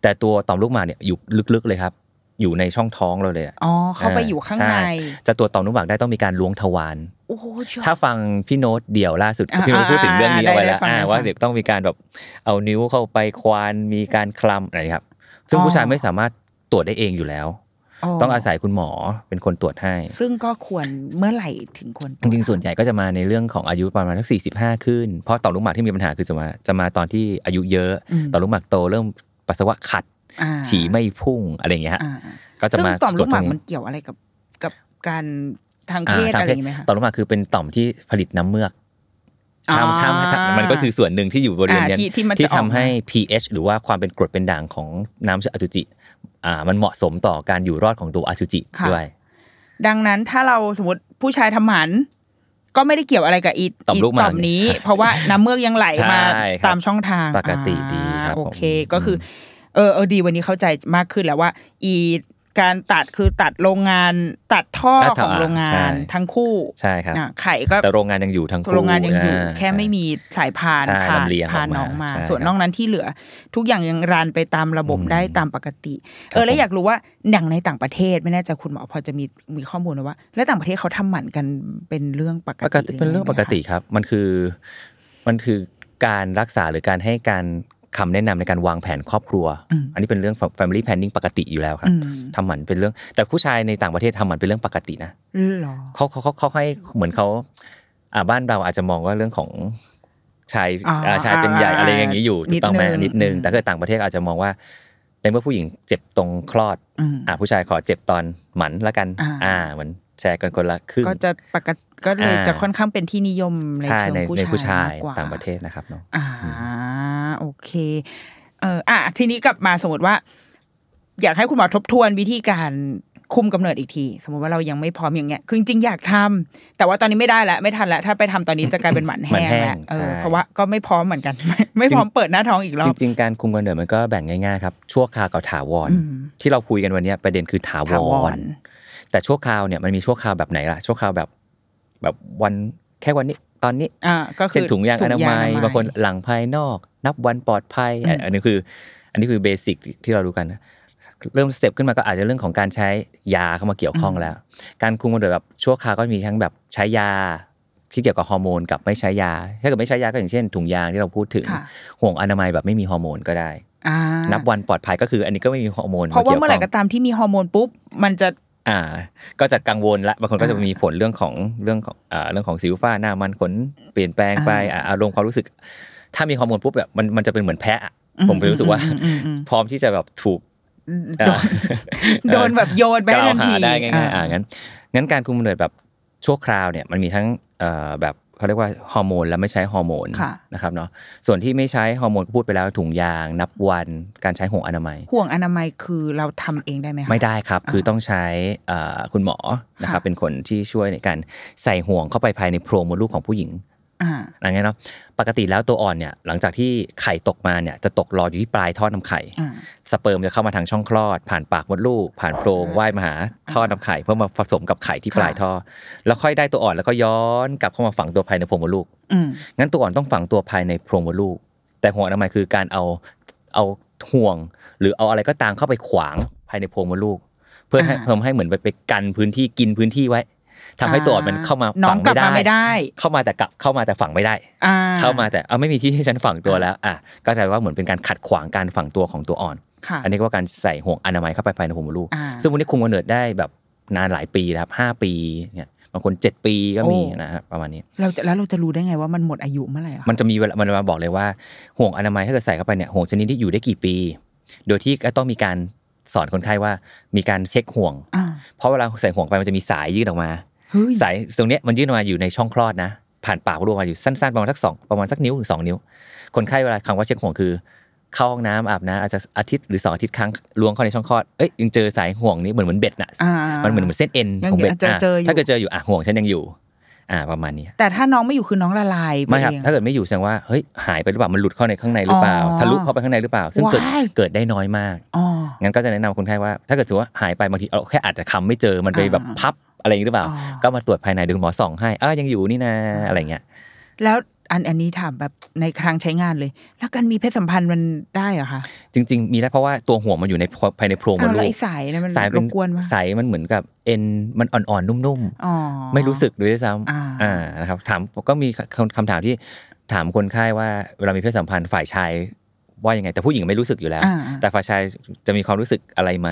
S2: แต่ตัวต่อมลูกหมากเนี่ยอยู่ลึกๆเลยครับ อยู่ในช่องท้องเราเลยอะ
S1: อ๋อเข้าไปอยู่ข้างใน
S2: ช่จะตรวจต่อมลูกหมากได้ต้องมีการล้วงทวาร
S1: โอ้โหชอบ
S2: ถ้าฟังพี่โน้ตเดี่ยวล่าสุด
S1: อ่า
S2: พี่โน้ตพูดถึงเรื่องนี้เอา
S1: อ่า
S2: ไว้
S1: ได้
S2: แล้ว
S1: ได้ฟัง
S2: อ่า
S1: ได้ฟัง
S2: ว่าเด็กต้องมีการแบบเอานิ้วเข้าไปควานมีการคลำอะไรครับ ซึ่ง
S1: อ๋อ
S2: ผู้ชายไม่สามารถตรวจได้เองอยู่แล้ว ต้องอาศัยคุณหมอเป็นคนตรวจให้
S1: ซึ่งก็ควรเมื่อไหร่ถึงควร
S2: จริงๆส่วนใหญ่ก็จะมาในเรื่องของอายุประมาณสักสี่สิบห้าขึ้น เพราะต่อมลูกหมากที่มีปัญหาคือจะมาจะมาตอนที่อายุเยอะ ต่อมลูกหมากโตเริ่มปัสสาวะขัด
S1: อ่า
S2: ฉี่ไม่พุ่งอะไรอย่างเงี้ยฮะ
S1: อ่า
S2: ก็จะ
S1: ซึ่ง
S2: มา
S1: ต่อมลูกหมาก
S2: ตรวจตรง
S1: มันเกี่ยวอะไรกับกับการทางเพ
S2: อ่า
S1: ศ
S2: ทาง
S1: อะ
S2: เพศ
S1: ไรอย่างนี้ไหมคะ
S2: ต่อมลูกหมากคือเป็นต่อมที่ผลิตน้ำเมือก
S1: อ่า
S2: ทำทำให้ทำมันก็คือส่วนหนึ่งที่อยู่บริเวณเนี้ย
S1: อ่าที่ที่มันจะ
S2: ที่ทำให้
S1: ออกมา
S2: pH หรือว่าความเป็นกรดเป็นด่างของน้ำเชื้ออสุจิอ่ามันเหมาะสมต่อการอยู่รอดของตัวอสุจิ
S1: ค่ะ
S2: ด้วย
S1: ดังนั้นถ้าเราสมมติผู้ชายทำหมัน ก็ไม่ได้เกี่ยวอะไรกับอี
S2: ต่อมลูกหมาก
S1: ต่อมนี้ เพราะว่าน้ำเมือกยังไหลมา
S2: ใช่ครับ
S1: ตามช่องทาง
S2: ปกติดีครับ
S1: อ่าโอเค
S2: ผม
S1: ก็คืออเออเออดีวันนี้เข้าใจมากขึ้นแล้วว่า อีการตัดคือตัดโรงงานตัดท่อ
S2: ตัด
S1: ข
S2: ท่อ
S1: องโรงงาน
S2: ใช่
S1: ทั้งคู่
S2: ใช่ครับ
S1: อ่ะไข่ก็
S2: แต่โรงงานยังอยู่ทั้งคู่
S1: โรงงานยังอยู่
S2: า
S1: แค่
S2: ใช่
S1: ไม่มีสายพาน
S2: ใช่
S1: ผ่าน
S2: ลำเลียง
S1: ผ่าน
S2: อ
S1: น้
S2: อ
S1: อก ง
S2: มา
S1: มา
S2: ใช่
S1: ส่ว
S2: ค
S1: น
S2: รับ
S1: นอกนั้นที่เหลือ ทุกอย่างยังรันไปตามระบบ
S2: อืม
S1: ได้ตามปกติ เอ
S2: ครั
S1: อบ แล้วอยากรู้ว่าหนังในต่างประเทศไม่แน่ใจคุณหมอพอจะมีมีข้อมูลไหมว่า แล้วต่างประเทศเขาทำหมันกันเป็นเรื่องปก
S2: ปกติ
S1: ติ
S2: เป็นเรื่องปกติครับ มันคือมันคือการรักษาหรือการให้การคำแนะนำในการวางแผนครอบครัว อันนี้เป็นเรื่อง family planning ปกติอยู่แล้วครับทำหมันเป็นเรื่อง แต่ผู้ชายในต่างประเทศทำหมันเป็นเรื่องปกตินะ
S1: หรอ
S2: เขาเขาเขาเขาให้เหมือนเขาอ่าบ้านเราอาจจะมองว่าเรื่องของชาย
S1: อ่า
S2: อ่าชายเป็นใหญ่อะไรอย่างนี้อยู่ถู
S1: นิด
S2: กต้องไหม
S1: นึง
S2: นิดนึง
S1: อืม
S2: แต่ก็ต่างประเทศอาจจะมองว่าในเมื่อผู้หญิงเจ็บตรงคลอด
S1: อืม
S2: อ่าผู้ชายขอเจ็บตอนหมันละกัน
S1: อ่า
S2: อ่าเหมือนแชร์กันคนละครึ่ง
S1: ก็จะปกติก็เลย
S2: อ่า
S1: จะค่อนข้างเป็นที่นิยมใน
S2: ใช่
S1: เชิง
S2: ในในผู้
S1: ผู้ชา
S2: ชาย ย
S1: มากกว่า
S2: ต่างประเทศนะครับเนาะ
S1: อ่าโอเค เอออ่ะทีนี้กลับมาสมมติว่า อยากให้คุณหมอทบทวนวิธีการคุมกำเนิดอีกที สมมติว่าเรายังไม่พร้อมอย่างเงี้ยคือจริงๆอยากทำแต่ว่าตอนนี้ไม่ได้ละไม่ทันละถ้าไปทำตอนนี้จะกลายเป็นหมัน
S2: ห
S1: แห้ง
S2: มันแห้
S1: ละ
S2: ง
S1: เอ
S2: ใช่
S1: อเพราะว่าก็ไม่พร้อมเหมือน *laughs* กัน ไม่ไม่
S2: จริ
S1: พ
S2: ง
S1: ร้อมเปิดหน้าท้องอีกรอ
S2: จ
S1: บ
S2: ริงๆ การคุมกำเนิดมันก็แบ่งง่ายๆครับ ชั่วคราวกับถาวร
S1: อืม
S2: ที่เราคุยกันวันเนี้ยประเด็นคือถาว
S1: ถาว
S2: ร
S1: ร
S2: แต่ชั่วคราวเนี่ยมันมีชั่วคราวแบบไหนล่ะ ชั่วคราวแบบแบบวันแค่วันนี้ตอนนี้
S1: อ่าก็คือ
S2: เช่นถุงยางอนามัยบางคนหลังภายนอก นับวันปลอดภัยอ่ะอันนี้คือ อันนี้คือเบสิกที่เรารู้กันนะ เริ่มสเต็ปขึ้นมาก็อาจจะเรื่องของการใช้ยาเข้ามาเกี่ยวข้องแล้ว การคุมกำเนิดแบบชั่วคราวก็มีทั้งแบบใช้ยาที่เกี่ยวกับฮอร์โมนกับไม่ใช้ยา ถ้าเกิดไม่ใช้ยาก็อย่างเช่น ถุงยางที่เราพูดถึง
S1: ค่ะ
S2: ห่วงอนามัยแบบไม่มีฮอร์โมนก็ได้
S1: อ่า
S2: นับวันปลอดภัยก็คืออันนี้ก็ไม่มีฮอร์โมน
S1: เพราะว่า
S2: กี่ยข้ง
S1: เมื่อไหร่ก็ตามที่มีฮอร์โมนปุ๊บ มันจะ
S2: อ่า ก็จะกังวลละบางคนก็จะ
S1: อ่ามี
S2: มีผลเรื่องของเรื่องของอ่าเรื่องของสิวฟ้าหน้ามันขนเปลี่ยนแปลงไปอ่าอารมณ์ความรู้สึก ถ้ามีฮอร์โมนปุ๊บแบบมันมันจะเป็นเหมือนแพ้อะ
S1: อืม
S2: ผมเลยรู้สึกว่า
S1: อืมอืมอืม
S2: *laughs* พร้อมที่จะแบบถูก
S1: โดนโดนแบบโยนไป
S2: กล่าว
S1: ทัน
S2: หา
S1: ที
S2: ได้ง่ายๆอ่า
S1: อ่า
S2: งั้นงั้นการคุมกำเนิดแบบชั่วคราวเนี่ยมันมีทั้งเอ่อแบบเขาเรียกว่าฮอร์โมนและไม่ใช้ฮอร์โมน
S1: ค่ะ
S2: นะครับเนาะส่วนที่ไม่ใช้ฮอร์โมนก็พูดไปแล้วถุงยาง นับวันการใช้ห่วงอนามัย
S1: ห่วงอนามัยคือเราทำเองได้ไหมคะ
S2: ไม่ได้ครับ คือต้องใช้เอ่อคุณหมอนะครับ
S1: ค่ะ
S2: เป็นคนที่ช่วยในการใส่ห่วงเข้าไปภายในโพรงมดลูกของผู้หญิง
S1: อ่า
S2: อะไรเงี้ยเนาะปกติแล้วตัวอ่อนเนี่ยหลังจากที่ไข่ตกมาเนี่ยจะตกลอยอยู่ที่ปลายท่อน้ำไข่
S1: อ่า
S2: สเปิร์มจะเข้ามาทางช่องคลอด ผ่านปากมดลูก ผ่านโพรงว่ายมาหาท่อน้ำไข่ เพื่อมาผสมกับไข่ที่
S1: ค่ะ
S2: ปลายท่อ แล้วค่อยได้ตัวอ่อนแล้วก็ย้อนกลับเข้ามาฝังตัวภายในโพรงมดลูก
S1: อืม
S2: งั้นตัวอ่อนต้องฝังตัวภายในโพรงมดลูก แต่ห่วงอนามัยคือการเอาเอาห่วง หรือเอาอะไรก็ตามเข้าไปขวางภายในโพรงมดลูก เพื่อให้เพิ่มให้เหมือนไปไปกันพื้นที่กินพื้นที่ไว้ทำให้ตัวอ่อนมันเข้ามา
S1: น้อ
S2: ฝั
S1: ง
S2: ง
S1: กลับ
S2: ไม่
S1: มาไม่
S2: ได้
S1: ได้
S2: เข้ามาแต่กลับเข้ามาแต่ฝังไม่ได้
S1: อ่า
S2: เข้ามาแต่เอาไม่มีที่ให้ฉันฝังตัวแล้วอ่ะก็แปลว่าเหมือนเป็นการขัดขวางการฝังตัวของตัวอ่อน
S1: ค่ะ
S2: อันนี้ก็ว่าการใส่ห่วงอนามัยเข้าไปภายในห่วงมดลูก
S1: อ่า
S2: ซึ่งวันนี้คุมกำเนิดได้แบบนานหลายปีนะครับห้าปีเนี่ยบางคนเจ็ดปีก็มี
S1: โอ้
S2: นะครับประมาณนี้
S1: เราจะแล้วเราจะรู้ได้ไงว่ามันหมดอายุเมื่อไหร่อะคะ
S2: มันจะมีเวลามันมาบอกเลยว่าห่วงอนามัยถ้าเกิดใส่เข้าไปเนี่ยห่วงชนิดที่อยู่ได้กี่ปี โดยที่ก็ต้องมีการสอนคนไข้ว่ามีการเช็คห่วง
S1: อ่า
S2: เพราะเวลาใส่ห่วงไปมันจะมีสายยื่นออกมา
S1: เฮ้ย
S2: สายตรงเนี้ยมันยื่นออกมาอยู่ในช่องคลอดนะ ผ่านปากมดลูกออกมาอยู่สั้นๆประมาณสักสองประมาณสักนิ้วถึงสองนิ้ว คนไข้เวลาคำว่าเช็คห่วงคือ เข้าห้องน้ำอาบน้ำอาจจะอาทิตย์หรือสองอาทิตย์ครั้งล้วงเข้าในช่องคลอดเอ้ยยังเจอสายห่วงนี้เหมือนเหมือนเบ็ดน่ะ
S1: อ่า
S2: มันเหมือนเหมือนเส้นเอ็น
S1: ยัง
S2: ของเบ็ด
S1: เจอเจออยู่
S2: ถ้าเกิดเจออยู่อ่ะห่วงฉันยังอยู่ อ่าประมาณนี้
S1: แต่ถ้าน้องไม่อยู่คือน้องละลายป
S2: ไม่ครับ
S1: เอง
S2: ถ้าเกิดไม่อยู่แสดงว่าเฮ้ยหายไปหรือเปล่ามันหลุดเข้าในข้างในหรือเปล่า
S1: อ๋อ
S2: ทะลุเข้าไปข้างในหรือเปล่า ซึ่งเกิด
S1: Why?
S2: เกิดได้น้อยมาก
S1: อ๋อ
S2: งั้นก็จะแนะนำคนไข้ว่า ถ้าเกิดสมมติว่าหายไปบางทีเราแค่อาจจะคำไม่เจอมันไปแบบ
S1: อ่า
S2: พับอะไรอย่างนี้หรือเปล่า
S1: อ๋อ
S2: ก็มาตรวจภายในดูคุณหมอส่องให้อ้ายังอยู่นี่นะอะไรเงี้ย
S1: แล้วอันอันนี้ถามแบบในครั้งใช้งานเลย แล้วการมีเพศสัมพันธ์มันได้เหรอคะ
S2: จริง ๆ มีได้เพราะว่าตัวห่วงมันอยู่ในภายในโพรงมั
S1: เอา
S2: นลู
S1: แล้ว
S2: ก
S1: ไอ้สายเนี่ยมัน
S2: สาย
S1: ร
S2: เป็น
S1: บกวนมา
S2: สายมันเหมือนกับเอ็นมันอ่อนๆนุ่ม
S1: อ๋อ
S2: ๆ ไม่รู้สึกด้วยซ้
S1: อ่า
S2: ำอ่านะครับถามก็มีคำคำถามที่ถามคนไข้ว่าเวลามีเพศสัมพันธ์ฝ่ายชายว่ายังไงแต่ผู้หญิงไม่รู้สึกอยู่แล้ว
S1: อ่า
S2: แต่ฝ่ายชายจะมีความรู้สึกอะไรไหม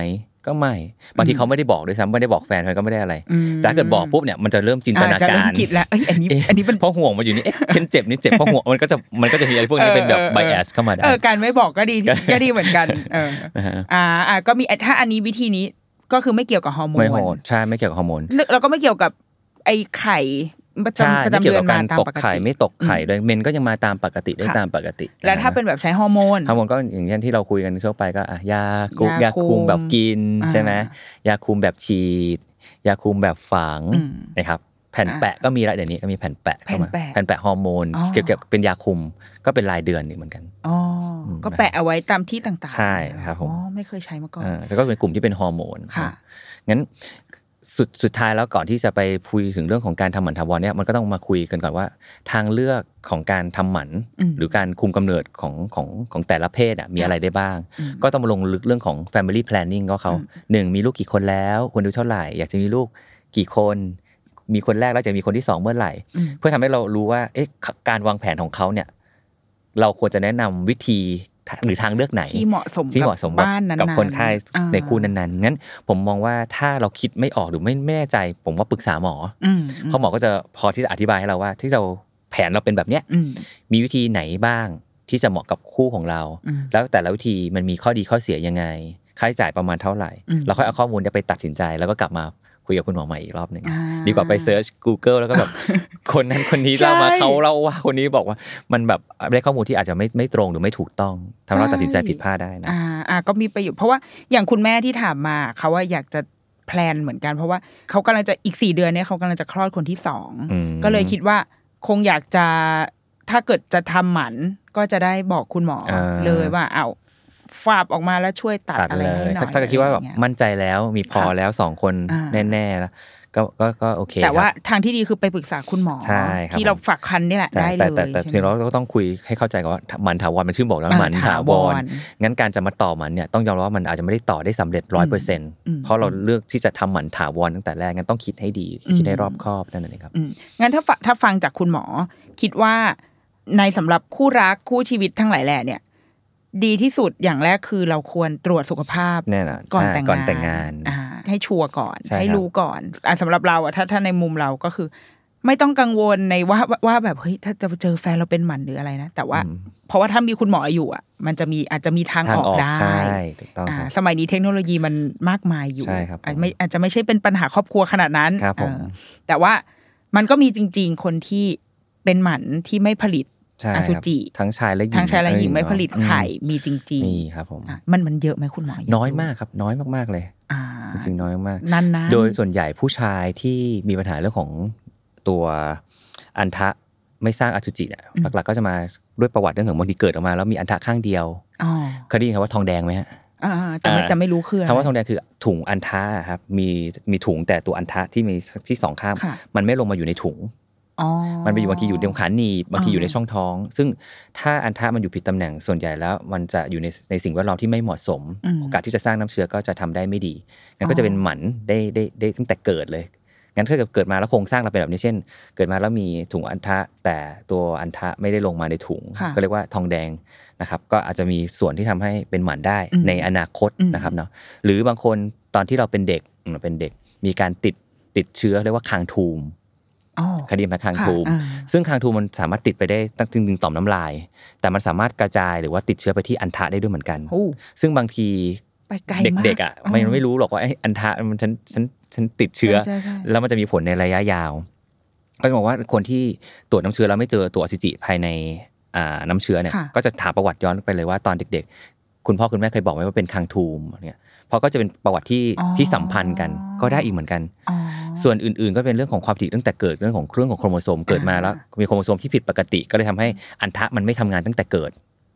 S2: ก็ไม่บางทีเขาไม่ได้บอกด้วยซ้ำไม่ได้บอกแฟนแฟนก็ไม่ได้อะไร
S1: อืม
S2: แต่ถ้าเกิดบอกปุ๊บเนี่ยมันจะเริ่มจินตนา
S1: อ่จะ
S2: กา
S1: เริ่ม
S2: ร
S1: คิดแล้วเอ้ยอันนี้
S2: เอ๊ะ
S1: อันนี้เป็น
S2: เพราะห่วงมันอยู่นี่เอ๊ะฉันเจ็บนี่เจ็บเพราะห่วงมันก็จะมันก็จะมีอะไรพวกนี้เป็นแบบ
S1: เออเออ
S2: ไบแอสเข้ามาได้
S1: เออการไม่บอกก็
S2: *laughs*
S1: ดีก็ดีเหมือนกันเออ
S2: นะฮะ
S1: อ่าอ่าก็มีถ้าอันนี้วิธีนี้ก็คือไม่เกี่ยวกับฮอร์โมน
S2: ไม่ฮอร์โมนใช่ไม่เกี่ยวกับฮอร์โมน
S1: แล้วก็ไม่เกี่ยวกับไอ้ไข่ประ
S2: ใช่
S1: จำประ
S2: ไม่
S1: จำ
S2: เกี่ย
S1: เดื
S2: ว
S1: อ
S2: กัน บการ
S1: มาตาม
S2: ตก
S1: ปกติ
S2: ไข่ไม่ตกไข่เลยเมนก็ยังมาตามปกติได้
S1: ค่ะ
S2: ตามปกติ
S1: แล้วถ้าเป็นแบบใช้ฮอร์โมน
S2: ฮอร์โมนก็อย่างเช่นที่เราคุยกันทั่วไปก็อ่ะยาคุ
S1: ยาย
S2: มา
S1: คุม
S2: คุมแบบกิน
S1: อ่า
S2: ใช่ไหมยาคุมแบบฉีด ยาคุมแบบฝัง
S1: อืม
S2: นะครับแผ่น
S1: อ่า
S2: แปะก็มีละเดี๋ยวนี้ก็มีแผ่นแปะเข้ามา
S1: แผ่นแปะ
S2: แผ่นแปะฮอร์โมน
S1: อ๋อ
S2: เกี่ยวกับเป็นยาคุมก็เป็นรายเดือนนี่เหมือนกัน
S1: อ๋ออ
S2: ม
S1: ก็แปะเอาไว้ตามที่ต่างๆ
S2: ใช่ครับผม
S1: อ๋อไม่เคยใช้มาก่อน
S2: อ่าแต่ก็เป็นกลุ่มที่เป็นฮอร์โมน
S1: ค่ะ
S2: งั้นสุดสุดท้ายแล้วก่อนที่จะไปคุยถึงเรื่องของการทำหมันทาวรเนี่ยมันก็ต้องมาคุยกันก่อนว่า ทางเลือกของการทำหมัน
S1: อืม
S2: หรือการคุมกำเนิดของของของแต่ละเพศอ่ะมีอะไรได้บ้าง
S1: อืม
S2: ก็ต้องมาลงลึกเรื่องของ family planning ก็เขา
S1: อืม
S2: หนึ่งมีลูกกี่คนแล้วควรดูเท่าไหร่ อยากจะมีลูกกี่คน มีคนแรกแล้วจะมีคนที่สองเมื่อไหร่
S1: อืม
S2: เพื่อทำให้เรารู้ว่าเอ๊ะการวางแผนของเขาเนี่ยเราควรจะแนะนำวิธีหรือทางเลือกไหน
S1: ที่เหมาะสม
S2: ที่เหมาะสม
S1: กับบ้านนั้นๆ
S2: กับคนไข้
S1: อ่า
S2: ในคู่นั้นๆ งั้นผมมองว่าถ้าเราคิดไม่ออกหรือไม่ไม่แน่ใจ ผมว่าปรึกษาหมออ
S1: อืม
S2: เพราะหมอก็จะพอที่จะอธิบายให้เราว่า ที่เราแผนเราเป็นแบบเนี้ย
S1: อืม
S2: มีวิธีไหนบ้างที่จะเหมาะกับคู่ของเรา
S1: อืม
S2: แล้วแต่ละวิธีมันมีข้อดีข้อเสียยังไง ค่าใช้จ่ายประมาณเท่าไหร่
S1: อืม
S2: เราค่อยเอาข้อมูลเนี้ยไปตัดสินใจ แล้วก็กลับมาคุยกับคุณหมอใหม่อีกรอบหนึ่ง
S1: อ่า
S2: ดีกว่าไปเซิร์ช Google แล้วก็แบบ
S1: *laughs*
S2: คนนั้นคนนี้
S1: ใช่
S2: เล่ามาเขาเล่าว่าคนนี้บอกว่ามันแบบได้ข้อมูลที่อาจจะไม่ไม่ตรงหรือไม่ถูกต้องทำให้เราตัดสินใจผิดพลาดได้นะ
S1: อ่าอ่าก็มีประโยชน์เพราะว่าอย่างคุณแม่ที่ถามมาเขาว่าอยากจะแพลนเหมือนกัน เพราะว่าเขากำลังจะอีกสี่เดือนเนี่ยเขากำลังจะคลอดคนที่สอง
S2: อืม
S1: ก็เลยคิดว่าคงอยากจะถ้าเกิดจะทำหมันก็จะได้บอกคุณหมออา เลยว่าเอาฝาบออกมาแล้วช่วยตัด
S2: ตัด
S1: อะไร
S2: เล
S1: ให้
S2: ย
S1: หน่อย
S2: ถ้าถ้าเกิดคิดว่าแบบ
S1: อะไรอย่งเงี้ย
S2: มั่นใจแล้วมีพอ
S1: ค่ะ
S2: แล้วสองคน
S1: อ่า
S2: แน่ๆแล้ว ก็ก็ก็โอเค
S1: แต่ว่า
S2: ครับ
S1: ทางที่ดีคือไปปรึกษาคุณหมอ
S2: ใช่ครับ
S1: ที่เราฝากคันนี่แหละ
S2: แต่
S1: ได้เล
S2: แต่
S1: ย
S2: แต่แต่
S1: ใช่ไหม
S2: เพียงเราก็ต้องคุยให้เข้าใจก่อนว่าหมันถาวรมันชื่อบอกแล้ว
S1: อ่า
S2: หมันถาว
S1: ถาว
S2: ร
S1: ร
S2: งั้นการจะมาต่อหมันเนี่ยต้องยอมรับว่ามันอาจจะไม่ได้ต่อได้สำเร็จร้อยเปอร์เซ็นต์เพราะเราเลือกที่จะทำหมันถาวรตั้งแต่แรกงั้นต้องคิดให้ดีคิดให้
S1: อืม
S2: รอบคอบนั่นเองครับ
S1: อืมงั้นถ้าฟังถ้าฟังจากคุณหมอ คิดว่าในสำหรับคู่รักคู่ชีวิตทั้งหลายแหล่เนี่ย ดีที่สุดอย่างแรกคือเราควรตรวจสุขภาพ
S2: แน่นอน
S1: ก่อน
S2: ใช่
S1: แต่ง
S2: ก่
S1: งาน
S2: อนแต่งงาน
S1: อ่ให้ชัวร์ก่อน
S2: ใช่ครับ
S1: รู้ก่อนอ่ะสำหรับเราอะถ้าถ้าในมุมเราก็คือ ไม่ต้องกังวลในว่าว่าว่าแบบเฮ้ยถ้าจะเจอแฟนเราเป็นหมันหรืออะไรนะแต่ว่า เพราะว่าถ้ามีคุณหมออยู่อะมันจะมีอาจจะมีทาง
S2: ทาง
S1: ออก
S2: ออก
S1: ได้
S2: ใช่ถูกต้อง
S1: อ่า
S2: ครับ
S1: สมัยนี้เทคโนโลยีมันมากมายอยู่
S2: ใช่ครับผม
S1: อาจไม่อาจจะไม่ใช่เป็นปัญหาครอบครัวขนาดนั้น
S2: ครับผม
S1: เออแต่ว่ามันก็มีจริง ๆ คนที่เป็นหมันที่ไม่ผลิต
S2: ใช่ค
S1: อ
S2: รับ
S1: สุจิ
S2: ทั้งชายและหญิง
S1: ทั้งชายและหญิง
S2: เอ้ย
S1: ไม่ผลิต
S2: อืม
S1: ไข่มีจริง
S2: นี่ครับผม
S1: ๆอ่ะมันมันเยอะไหมคุณหมอากรู้
S2: น้อยมากครับ น้อยมากๆเลย
S1: อ่า
S2: จริงๆน้อยมาก
S1: นานๆ
S2: โดยส่วนใหญ่ผู้ชายที่มีปัญหาเรื่องของตัวอันทะไม่สร้างอสุจิเนี่ย
S1: อืม
S2: หลักๆก็จะมาด้วยประวัติเรื่องของบางทีเกิดออกมา แล้วมีอันทะข้างเดียว
S1: อ๋อ
S2: เคยได้ยินคำว่าทองแดงไหมฮะ
S1: อ่าแต่ไม่
S2: อ่า
S1: แต่ไม่รู้คืออะไร
S2: คำว่าทองแดงคือถุงอันทะครับมีมีถุงแต่ตัวอันทะที่มีที่สองข้าง
S1: ค่ะ
S2: มันไม่ลงมาอยู่ในถุง
S1: อ๋อ
S2: มันไปอยู่บางทีอยู่ในขาหนีบบางทีอยู่ใน
S1: อ่า
S2: ช่องท้อง ซึ่งถ้าอันทะมันอยู่ผิดตำแหน่งส่วนใหญ่แล้ว มันจะอยู่ในในสิ่งแวดล้อมที่ไม่เหมาะสม โอกาสที่จะสร้างน้ำเชื้อก็จะทำได้ไม่ดีงั้นก็จะเป็นหมันได้ได้ได้ตั้งแต่เกิดเลยงั้นถ้าเกิดเกิดมาแล้วโครงสร้างเราเป็นแบบนี้เช่น เกิดมาแล้วมีถุงอันทะแต่ตัวอันทะไม่ได้ลงมาในถุง
S1: ค่ะ
S2: ก็เรียกว่าทองแดงนะครับก็อาจจะมีส่วนที่ทำให้เป็นหมันได้
S1: อืม
S2: ในอนาคต
S1: อืม
S2: นะครับเนาะหรือบางคนตอนที่เราเป็นเด็กอืมเป็นเด็กมีการติดติดเชื้อเรียกว่าคางทูม
S1: อ๋อ
S2: คดีมาคาง
S1: ค่ะ
S2: ทูม
S1: อ่า
S2: ซึ่งคางทูมมันสามารถติดไปได้ตั้งถึงต่อมน้ำลาย แต่มันสามารถกระจายหรือว่าติดเชื้อไปที่อันทะได้ด้วยเหมือนกัน
S1: โอ้
S2: ซึ่งบางที
S1: ไปไกลมาก
S2: เด็กๆอ่ะมัน
S1: อื
S2: ไม่รู้หรอกว่าไอ้อันทะมันฉันฉันฉันติดเชื้อ
S1: ใช่ใช่ใช่
S2: แล้วมันจะมีผลในระยะยาว ก็จะบอกว่าคนที่ตรวจน้ำเชื้อแล้วไม่เจอตัวอสุจิภายในอ่าน้ำเชื้อเนี่ย
S1: ค่ะ
S2: ก็จะถามประวัติย้อนไปเลยว่าตอนเด็ก ๆ คุณพ่อคุณแม่เคยบอกไหมว่าเป็นคางทูมเนี่ยเพราะก็จะเป็นประวัติที่ที่สัมพันธ์กันก็ได้อีกเหมือนกัน
S1: อ๋อ
S2: ส่วนอื่นๆ ก็เป็นเรื่องของความผิดตั้งแต่เกิดเรื่องของเครื่องของโครโมโซมเกิดมา
S1: อ่า
S2: แล้วมีโครโมโซมที่ผิดปกติก็เลยทำให้อันทะมันไม่ทำงานตั้งแต่เกิด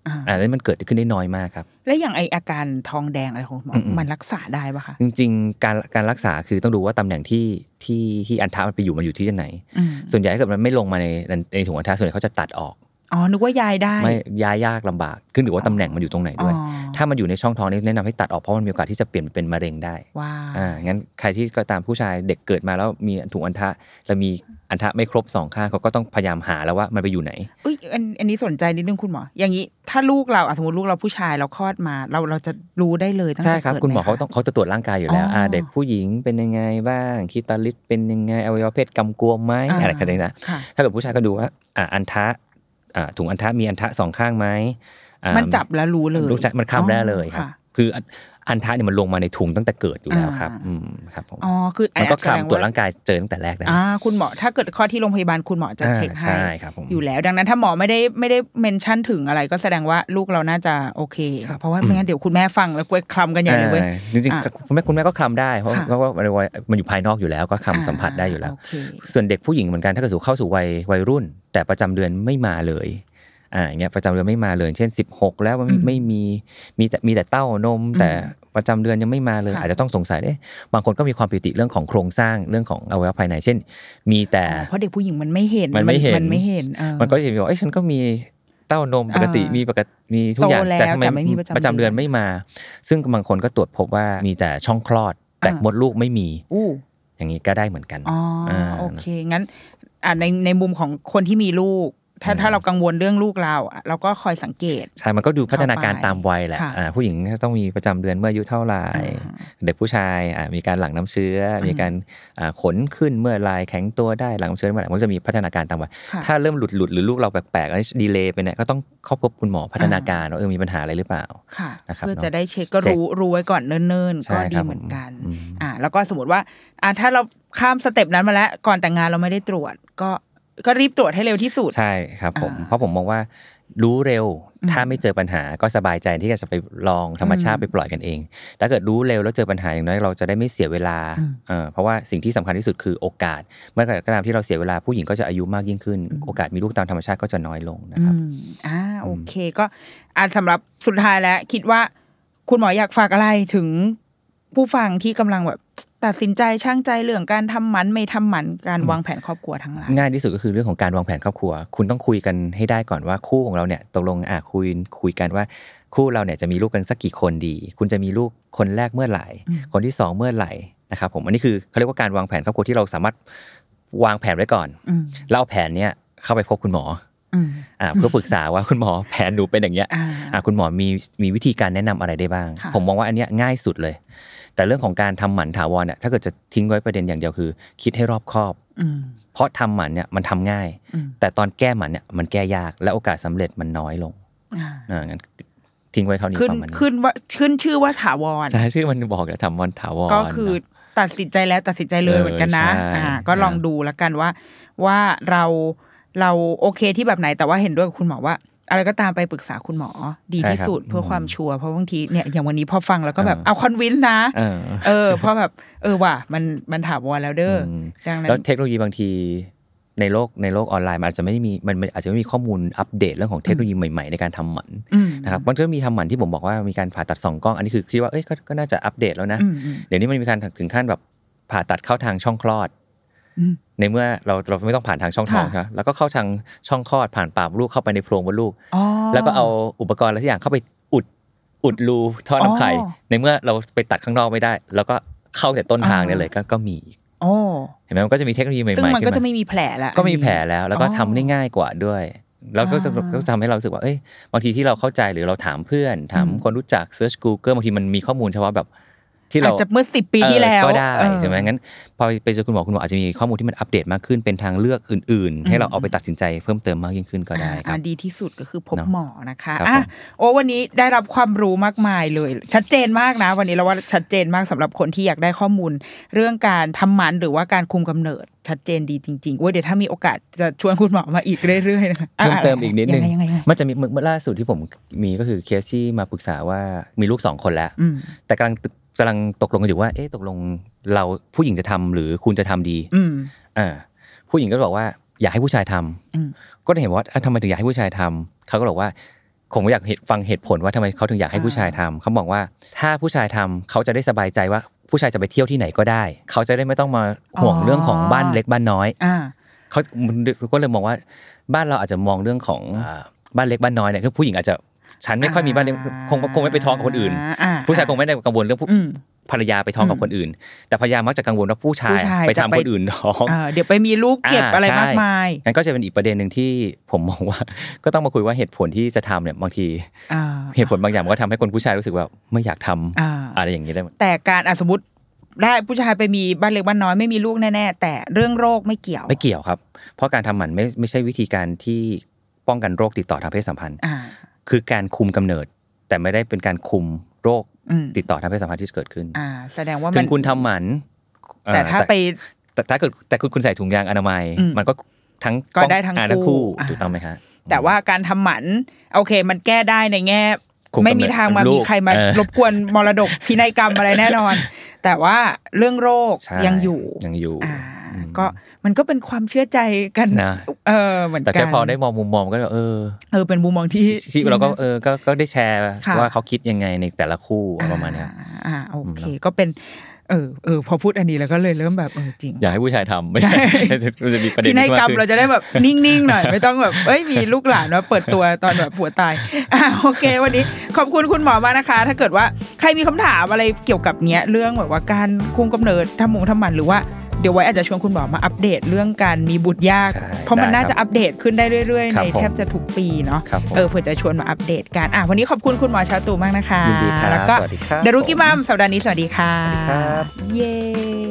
S1: อ่า
S2: อันนี้มันเกิดขึ้นได้น้อยมากครับ
S1: แล้วอย่างไออาการทองแดงอะไรของหมอ
S2: อืมอืม
S1: มันรักษาได้ปะคะ
S2: จริงๆ การการรักษาคือต้องดูว่าตำแหน่งที่ที่ที่อันทะมันไปอยู่มันอยู่ที่ไหน
S1: อืม
S2: ส่วนใหญ่ถ้าเกิดมันไม่ลงมาในในในถุงอันทะส่วนใหญ่เขาจะตัดออก
S1: อ๋อนึกว่ายายได้
S2: ไม่ย้ายยากลำบากขึ้นอยู่ว่าตำแหน่งมันอยู่ตรงไหนด้วย
S1: อ๋อ
S2: ถ้ามันอยู่ในช่องท้องนี่แนะนำให้ตัดออกเพราะมันมีโอกาสที่จะเปลี่ยนเป็นมะเร็งได้
S1: ว้าว
S2: อ่า งั้นใครที่ก็ตามผู้ชายเด็กเกิดมาแล้วมีถุงอันทะแล้วมีอันทะไม่ครบสองข้างเขาก็ต้องพยายามหาแล้วว่ามันไปอยู่ไหน
S1: เอ้ยอันอันนี้สนใจนิดนึงคุณหมอ อย่างนี้ถ้าลูกเราอ่ะสมมติลูกเราผู้ชายเราคลอดมา เราเราจะรู้ได้เลยตั้งแต่
S2: ใช่
S1: เกิด
S2: ครับ คุณหมอเขา
S1: ไะ
S2: ต้องเขาจะตรวจร่างกายอยู่แล้
S1: อ๋ออ่
S2: วาเด็กผู้หญิงเป็นยังไงบ้างคีตาลิสเป็นยังไงอวัยวะเพศกำกวมไหม
S1: อ่า
S2: อะไรกันนี้นะ
S1: ค่ะ
S2: ถ้าเกิดผู้ชายก็ดูว่าอ่าอันทะอ่าถุงอันทะมีอันทะสองข้างไหมอ่า
S1: มันจับแล้วรู้เลย
S2: ลูกชายมันข้ามได้เลยครับ
S1: อ๋อค่ะ
S2: คืออันอันทะเนี่ยมันลงมาในถุงตั้งแต่เกิดอยู่แล้วครับ
S1: อ่า
S2: อืมครับผม
S1: อ๋อคือ
S2: มันก็
S1: แสด
S2: คำตรวจร่างกายเจอตั้งแต่แรกนะ
S1: อ่าคุณหมอถ้าเกิดคลอดที่โรงพยาบาลคุณหมอจะ
S2: อ่า
S1: เช็คให้
S2: ใช่ครับผม
S1: อยู่แล้ว ดังนั้นถ้าหมอไม่ได้ไม่ได้เมนชั่นถึงอะไร ก็แสดงว่าลูกเราน่าจะโอเค เพราะว่าไม่งั้นเดี๋ยวคุณแม่ฟังแล้วกลัวคลำกันใหญ่เลยเว้ย
S2: าจริง
S1: อ่ะ
S2: ๆคุณแม่คุณแม่ก็คลำได้เพราะ
S1: ค่ะ
S2: เพราะว่าอวัยวะมันอยู่ภายนอกอยู่แล้วก็คำสัมผัสได้อยู่แล้ว
S1: โเค
S2: ส่วนเด็กผู้หญิงเหมือนกันถ้าเกิดสู่เข้าสู่วัยวัยรุ่น แต่ประจำเดือนไม่มาเลยอ่าอย่างเงี้ยประจำเดือนไม่มาเลย เช่น 16 แล้วมัน
S1: อืม
S2: ไม่มีมีแต่มีแต่เต้านม แต่ประจำเดือนยังไม่มาเลย
S1: ค่ะ
S2: อาจจะต้องสงสัยเอ๊ะบางคนก็มีความผิดปกติเรื่องของโครงสร้างเรื่องของอวัยวะภายใน เช่น มีแต่
S1: อ๋อเพราะเด็กผู้หญิงมันไม่เห็น
S2: มันไม่เห็น
S1: มันไม่เห็นเออ
S2: มันก็จะมีว่าเอ้ยฉันก็มีเต้านมปกติ
S1: อ่ามี
S2: มีปกติมีทุกอย่าง
S1: โตแล้วแต่ไม่มีประจำ
S2: ประจำเดือน
S1: เดือน
S2: ไม่มา ซึ่งบางคนก็ตรวจพบว่ามีแต่ช่องคลอด แต่
S1: อ่าม
S2: มดลูกไม่มี
S1: อู้
S2: อย่างนี้ก็ได้เหมือนกัน
S1: อ๋ออา โอเค งั้นอ่ะในในมุมของคนที่มีลูก ถ้าถ้าเรากังวลเรื่องลูกเราอ่ะเราก็คอยสังเกต
S2: ใช่ มันก็ดูพัฒนาการ
S1: เข้าไป
S2: ตามวัยแหละ
S1: ค่ะ
S2: อ่าผู้หญิงต้องมีประจำเดือนเมื่ออายุเท่าไหร่
S1: อ่า
S2: เด็กผู้ชายอ่ามีการหลั่งน้ำเชื้อ มีการอ่าขนขึ้นเมื่อลายแข็งตัวได้หลั่งน้ำเชื้อเมื่อไหร่มันก็จะมีพัฒนาการตามวัย
S1: ค่ะ
S2: ถ้าเริ่มหลุดหลุดๆหรือลูกเราแปลกๆแล้วดีเลย์ไปเนี่ยก็ต้องเข้าพบคุณหมอพัฒนาการว่าเออมีปัญหาอะไรหรือเปล่า
S1: ค่ะ
S2: นะครับ
S1: เพื่อ
S2: เนอะ
S1: จะได้เช็คก็
S2: เช็ค
S1: รู้รู้ไว้ก่อนเนิ่น
S2: ใช่
S1: ๆ ก็ดี
S2: ครับ
S1: เหมือนกัน
S2: ผมอืม
S1: อ่า แล้วก็สมมติว่าอ่าถ้าเราข้ามสเต็ปนั้นมาแล้ว ก่อนแต่งงานเราไม่ได้ตรวจ ก็ก็รีบตรวจให้เร็วที่สุด
S2: ใช่ครับผม
S1: อ่า
S2: เพราะผมมองว่ารู้เร็วถ้าไม่เจอปัญหาก็สบายใจที่จะไปลองธรรมชาติไปปล่อยกันเองแต่ถ้าเกิดรู้เร็วแล้วเจอปัญหาอย่างน้อยเราจะได้ไม่เสียเวลาเออเพราะว่าสิ่งที่สำคัญที่สุดคือโอกาส เมื่อไหร่ก็ตามที่เราเสียเวลาผู้หญิงก็จะอายุมากยิ่งขึ้น โอกาสมีลูกตามธรรมชาติก็จะน้อยลงนะครับ
S1: อืมอ่าโอเคก็อ่าสำหรับสุดท้ายแล้ว คิดว่า คุณหมออยากฝากอะไรถึงผู้ฟังที่กำลังแบบ ตัดสินใจช่างใจเรื่องการทำหมันไม่ทำหมันการวางแผนครอบครัวทั้งหลาย
S2: ง่ายที่สุดก็คือเรื่องของการวางแผนครอบครัว คุณต้องคุยกันให้ได้ก่อนว่าคู่ของเราเนี่ยตกลงอ่ะคุยคุยกันว่าคู่เราเนี่ยจะมีลูกกันสักกี่คนดี คุณจะมีลูกคนแรกเมื่อไหร่ คนที่สองเมื่อไหร่นะครับผมอันนี้คือเขาเรียกว่าการวางแผนครอบครัวที่เราสามารถวางแผนไว้ก่อน
S1: อืม
S2: แล้วเอาแผนเนี่ยเข้าไปพบคุณหมอ
S1: อืม *laughs*
S2: อ่ะเพื่อปรึกษาว่าคุณหมอแผนหนูเป็นอย่างเงี้ย
S1: อ่า
S2: อ่ะคุณหมอมีมีวิธีการแนะนำอะไรได้บ้าง
S1: ค่ะ
S2: ผมมองว่าอันเนี้ยง่ายสุดเลย แต่เรื่องของการทำหมันถาวรเนี่ยถ้าเกิดจะทิ้งไว้ประเด็นอย่างเดียวคือ คิดให้รอบคอบ
S1: อืม
S2: เพราะทำหมันเนี่ยมันทำง่าย
S1: อืม
S2: แต่ตอนแก้หมันเนี่ยมันแก้ยากและโอกาสสำเร็จมันน้อยลง
S1: อ่า
S2: อ่างั้นทิ้งไว้เท่านี้
S1: ขึ้น
S2: ประมาณนี้
S1: ขึ้นว่าขึ้นชื่อว่าถาวร
S2: ใช่ชื่อมันบอกแล้วทำวันถาวร
S1: ก็คือตัดสินใจแล้วตัดสินใจเลย
S2: เออ
S1: เหมือนกันนะ
S2: ใช่
S1: อ่า ก็ลอง
S2: นะ
S1: ดูแล้วกันว่าว่าเราเราโอเคที่แบบไหนแต่ว่าเห็นด้วยกับคุณหมอว่า อะไรก็ตามไปปรึกษาคุณหมอดีที่สุดเพื่อความชัวร์เพราะบางทีเนี่ยอย่างวันนี้พอฟังแล้วก็แบบเอาคอนวินส์นะ
S2: เออ
S1: เอ
S2: *laughs*
S1: อเพราะแบบเออว่ะมันมันถาวรแล้วเด้ออ
S2: ม
S1: ดังนั้
S2: แล้ว
S1: น
S2: เทคโนโลยีบางทีในโลกในโลกออนไลน์มันอาจจะไม่ได้มีมันมันอาจจะไม่มีข้อมูลอัปเดตเรื่องของเทคโนโลยีใหม่ๆในการทำหมัน
S1: อืม
S2: นะครับมันก็มีทำหมันที่ผมบอกว่ามีการผ่าตัดสองกล้องอันนี้คือคิดว่าเอ้ยก็ก็น่าจะอัปเดตแล้วนะ
S1: อืมอืม
S2: เดี๋ยวนี้มันมีการถึงขั้นแบบผ่าตัดเข้าทางช่องคลอด
S1: อืม
S2: ในเมื่อเราเราไม่ต้องผ่านทางช่องท้อง
S1: ค่ะ
S2: ครับแล้วก็เข้าทางช่องคลอดผ่านปากลูกเข้าไปในโพรงมดลูก
S1: อ๋อ
S2: แล้วก็เอาอุปกรณ์อะไรสักอย่างเข้าไปอุดอุดรูท่อน้ำไข่
S1: อ๋อ
S2: ในเมื่อเราไปตัดข้างนอกไม่ได้ แล้วก็เข้าแต่ต้นทางเนี่ย
S1: อ่า
S2: เลยก็ก็มีอีก
S1: โอ้
S2: เห็นไหมมันก็จะมีเทคโนโลยีใหม่ๆ
S1: ซึ่งมันก็
S2: ขึ้า
S1: จะไม่มีแผลละ
S2: ก็มีแผล
S1: อันนี้
S2: แล้ว แล้วก็
S1: อ๋อ
S2: ทำได้ง่ายกว่าด้วย แล้วก็
S1: อ่า
S2: สนุกก็ทำให้เรารู้สึกว่าเอ้ยบางทีที่เราเข้าใจหรือเราถามเพื่อน ถาม
S1: อืม
S2: คนรู้จักเซิร์ช Google บางทีมันมีข้อมูลเฉพาะแบบที่เรา
S1: อาจจะเมื่อสิบปีที่แล้ว
S2: เออก็ได้
S1: เออ
S2: ใช่ไหมงั้นพอไปเจอคุณหมอคุณหมออาจจะมีข้อมูลที่มันอัปเดตมากขึ้นเป็นทางเลือกอื่น ๆ ให้เราเอาไปตัดสินใจเพิ่มเติมมากยิ่งขึ้นก็ได้ค
S1: อ่า
S2: รับ
S1: ดีที่สุดก็คือพบ
S2: เนอะ
S1: หมอนะคะ
S2: ครับ
S1: อ่ะ
S2: ผม
S1: โอ้วันนี้ได้รับความรู้มากมายเลย ชัดเจนมากนะ วันนี้เราว่าชัดเจนมากสำหรับคนที่อยากได้ข้อมูล เรื่องการทำหมันหรือว่าการคุมกำเนิด ชัดเจนดีจริงๆโอ้ยเดี๋ยวถ้ามีโอกาสจะชวนคุณหมอมาอีกเรื่อยๆนะคะะ
S2: *laughs* เพิ่มเติมอีกนิดนึ
S1: ยัไยัไยัไ
S2: มันจะมีเมื่อล่าสุดที่ผมมีก็คือเคสที่มาปรึกษาว่ามีลูกสองคนแล้ว
S1: อืม
S2: แต่กำลังกำลังตกลงกันอยู่ว่าเอ๊ะตกลงเราผู้หญิงจะทำหรือคุณจะทำดี
S1: อืม
S2: อ่าผู้หญิงก็บอกว่าอยากให้ผู้ชายทำ
S1: อืม
S2: ก็ได้เห็นว่าอ่ะทำไมถึงอยากให้ผู้ชายทำเขาก็บอกว่าคงอยากเห็นฟังเหตุผลว่าทำไมเขาถึงอยากให้ผู้ชายทำเขาบอกว่าถ้าผู้ชายทำเขาจะได้สบายใจว่าผู้ชายจะไปเที่ยวที่ไหนก็ได้ เขาจะได้ไม่ต้องมาห่วงเรื่องของบ้านเล็กบ้านน้อย
S1: อ่า
S2: เขาก็เลยมองว่าบ้านเราอาจจะมองเรื่องของอ่าบ้านเล็กบ้านน้อยเนี่ยคือผู้หญิงอาจจะฉันไม่ค่อยมีบ้านเล็กคงคงไม่ไปท้องกับคนอื่น
S1: อ่า
S2: ผู้ชายคงไม่ได้กังวลเรื่องผู้
S1: อืม
S2: ภรรยาไปท้องกับคนอื่น แต่ภรรยามักจะกังวลว่าผู้ชา
S1: ผู้
S2: ย
S1: ชาย
S2: ไป
S1: จะ
S2: ทำ
S1: ไป
S2: คนอื่นท้อง
S1: อ่าเดี๋ยวไปมีลูกเก็บอะไรมากมาย
S2: งั้นก็จะเป็นอีกประเด็นหนึ่งที่ผมมองว่า *laughs* ก็ต้องมาคุยว่าเหตุผลที่จะทำเนี่ยบางที
S1: อ่า
S2: เหตุผลบางอย่างมันก็ทำให้คนผู้ชายรู้สึกว่าไม่อยากทำ
S1: อ่า
S2: อะไรอย่างนี้ได้ไหม
S1: แต่การอ่ะสมมติได้ผู้ชายไปมีบ้านเล็กบ้านน้อยไม่มีลูกแน่ๆแต่เรื่องโรคไม่เกี่ยว
S2: ไม่เกี่ยวครับ เพราะการทำหมันไม่ไม่ใช่วิธีการที่ป้องกันโรคติดต่อทางเพศสัมพันธ์
S1: อ่า
S2: คือการคุมกำเนิด แต่ไม่ได้เป็นการคุมโรค
S1: อืม
S2: ติดต่อทางเพศสัมพันธ์ที่เกิดขึ้น
S1: อ่า แสดงว่า
S2: ถึ
S1: มัน
S2: งคุณทำหมันเอ่อ
S1: แต่ถ้าไป
S2: แต่แต่ถ้าเกิดแต่คุณคุณใส่ถุงยางอนามัย
S1: อืม
S2: มันก็ทั้ง
S1: ก็ได้ทั้ง
S2: อ่า
S1: คู่
S2: คู่
S1: อ่า
S2: ถูกต้องไหมครับ
S1: แต่ว่าการทำหมัน โอเค มันแก้ได้ในแง่
S2: คุมกำเนิด
S1: ไม่มีทางมา
S2: ลู
S1: มี
S2: ก
S1: ใครมา
S2: เออ
S1: รบกวนมร
S2: *laughs*
S1: ดกพินัยกรรมอะไรแน่นอน แต่ว่าเรื่องโรค
S2: ใช่
S1: ยังอยู่
S2: ยังอยู่
S1: อ่า ก็มันก็เป็นความเชื่อใจกัน
S2: นะ
S1: เออเหมือนกั
S2: แต่
S1: น
S2: แค่พอได้มองมุมมองก็เออ
S1: เออเป็นมุมมองที่
S2: ที่เราก็เออก็ก็ได้แชร์
S1: ค่ะ
S2: ว่าเขาคิดยังไงในแต่ละคู่ประมาณเนี้ย
S1: อ่อ่าโอเค ก็เป็น เออเออพอพูดอันนี้แล้วก็เลยเริ่มแบบเออจริง
S2: อยากให้ผู้ชายทำไม่ใช่มันจะมีประเด็น
S1: พินัยกรรม
S2: ขึ้น
S1: เราจะได้แบบ *laughs* นิ่ง ๆ หน่อย ไม่ต้องแบบเอ้ยมีลูกหลานมาเปิดตัวตอนแบบผัวตาย *laughs* อ่ะโอเค วันนี้ขอบคุณคุณหมอมากนะคะ ถ้าเกิดว่าใครมีคำถามอะไรเกี่ยวกับเนี้ยเรื่องแบบว่าการคุมกำเนิดทำหมงทำหมันหรือว่าเดี๋ยวไว้อาจจะชวนคุณหมอมาอัปเดตเรื่องการมีบุตรยาก
S2: ใช่
S1: เพราะมัน
S2: ได้ค
S1: น่า
S2: รับ
S1: จะอัปเดตขึ้นได้เรื่อยๆ
S2: ครั
S1: ใน
S2: บผม
S1: แทบจะทุกปีเนาะ
S2: ครับผม
S1: เออเผื่อจะชวนมาอัปเดตกันอ่ะวันนี้ขอบคุณคุณหมอชาตูมากนะคะ
S2: ยินดีครับ
S1: แล้วก็
S2: สวัสดีครับ
S1: เดรุกิมัมสัปดาห์นี้สวัสดีค่ะ
S2: สวัสดีครับ
S1: เย้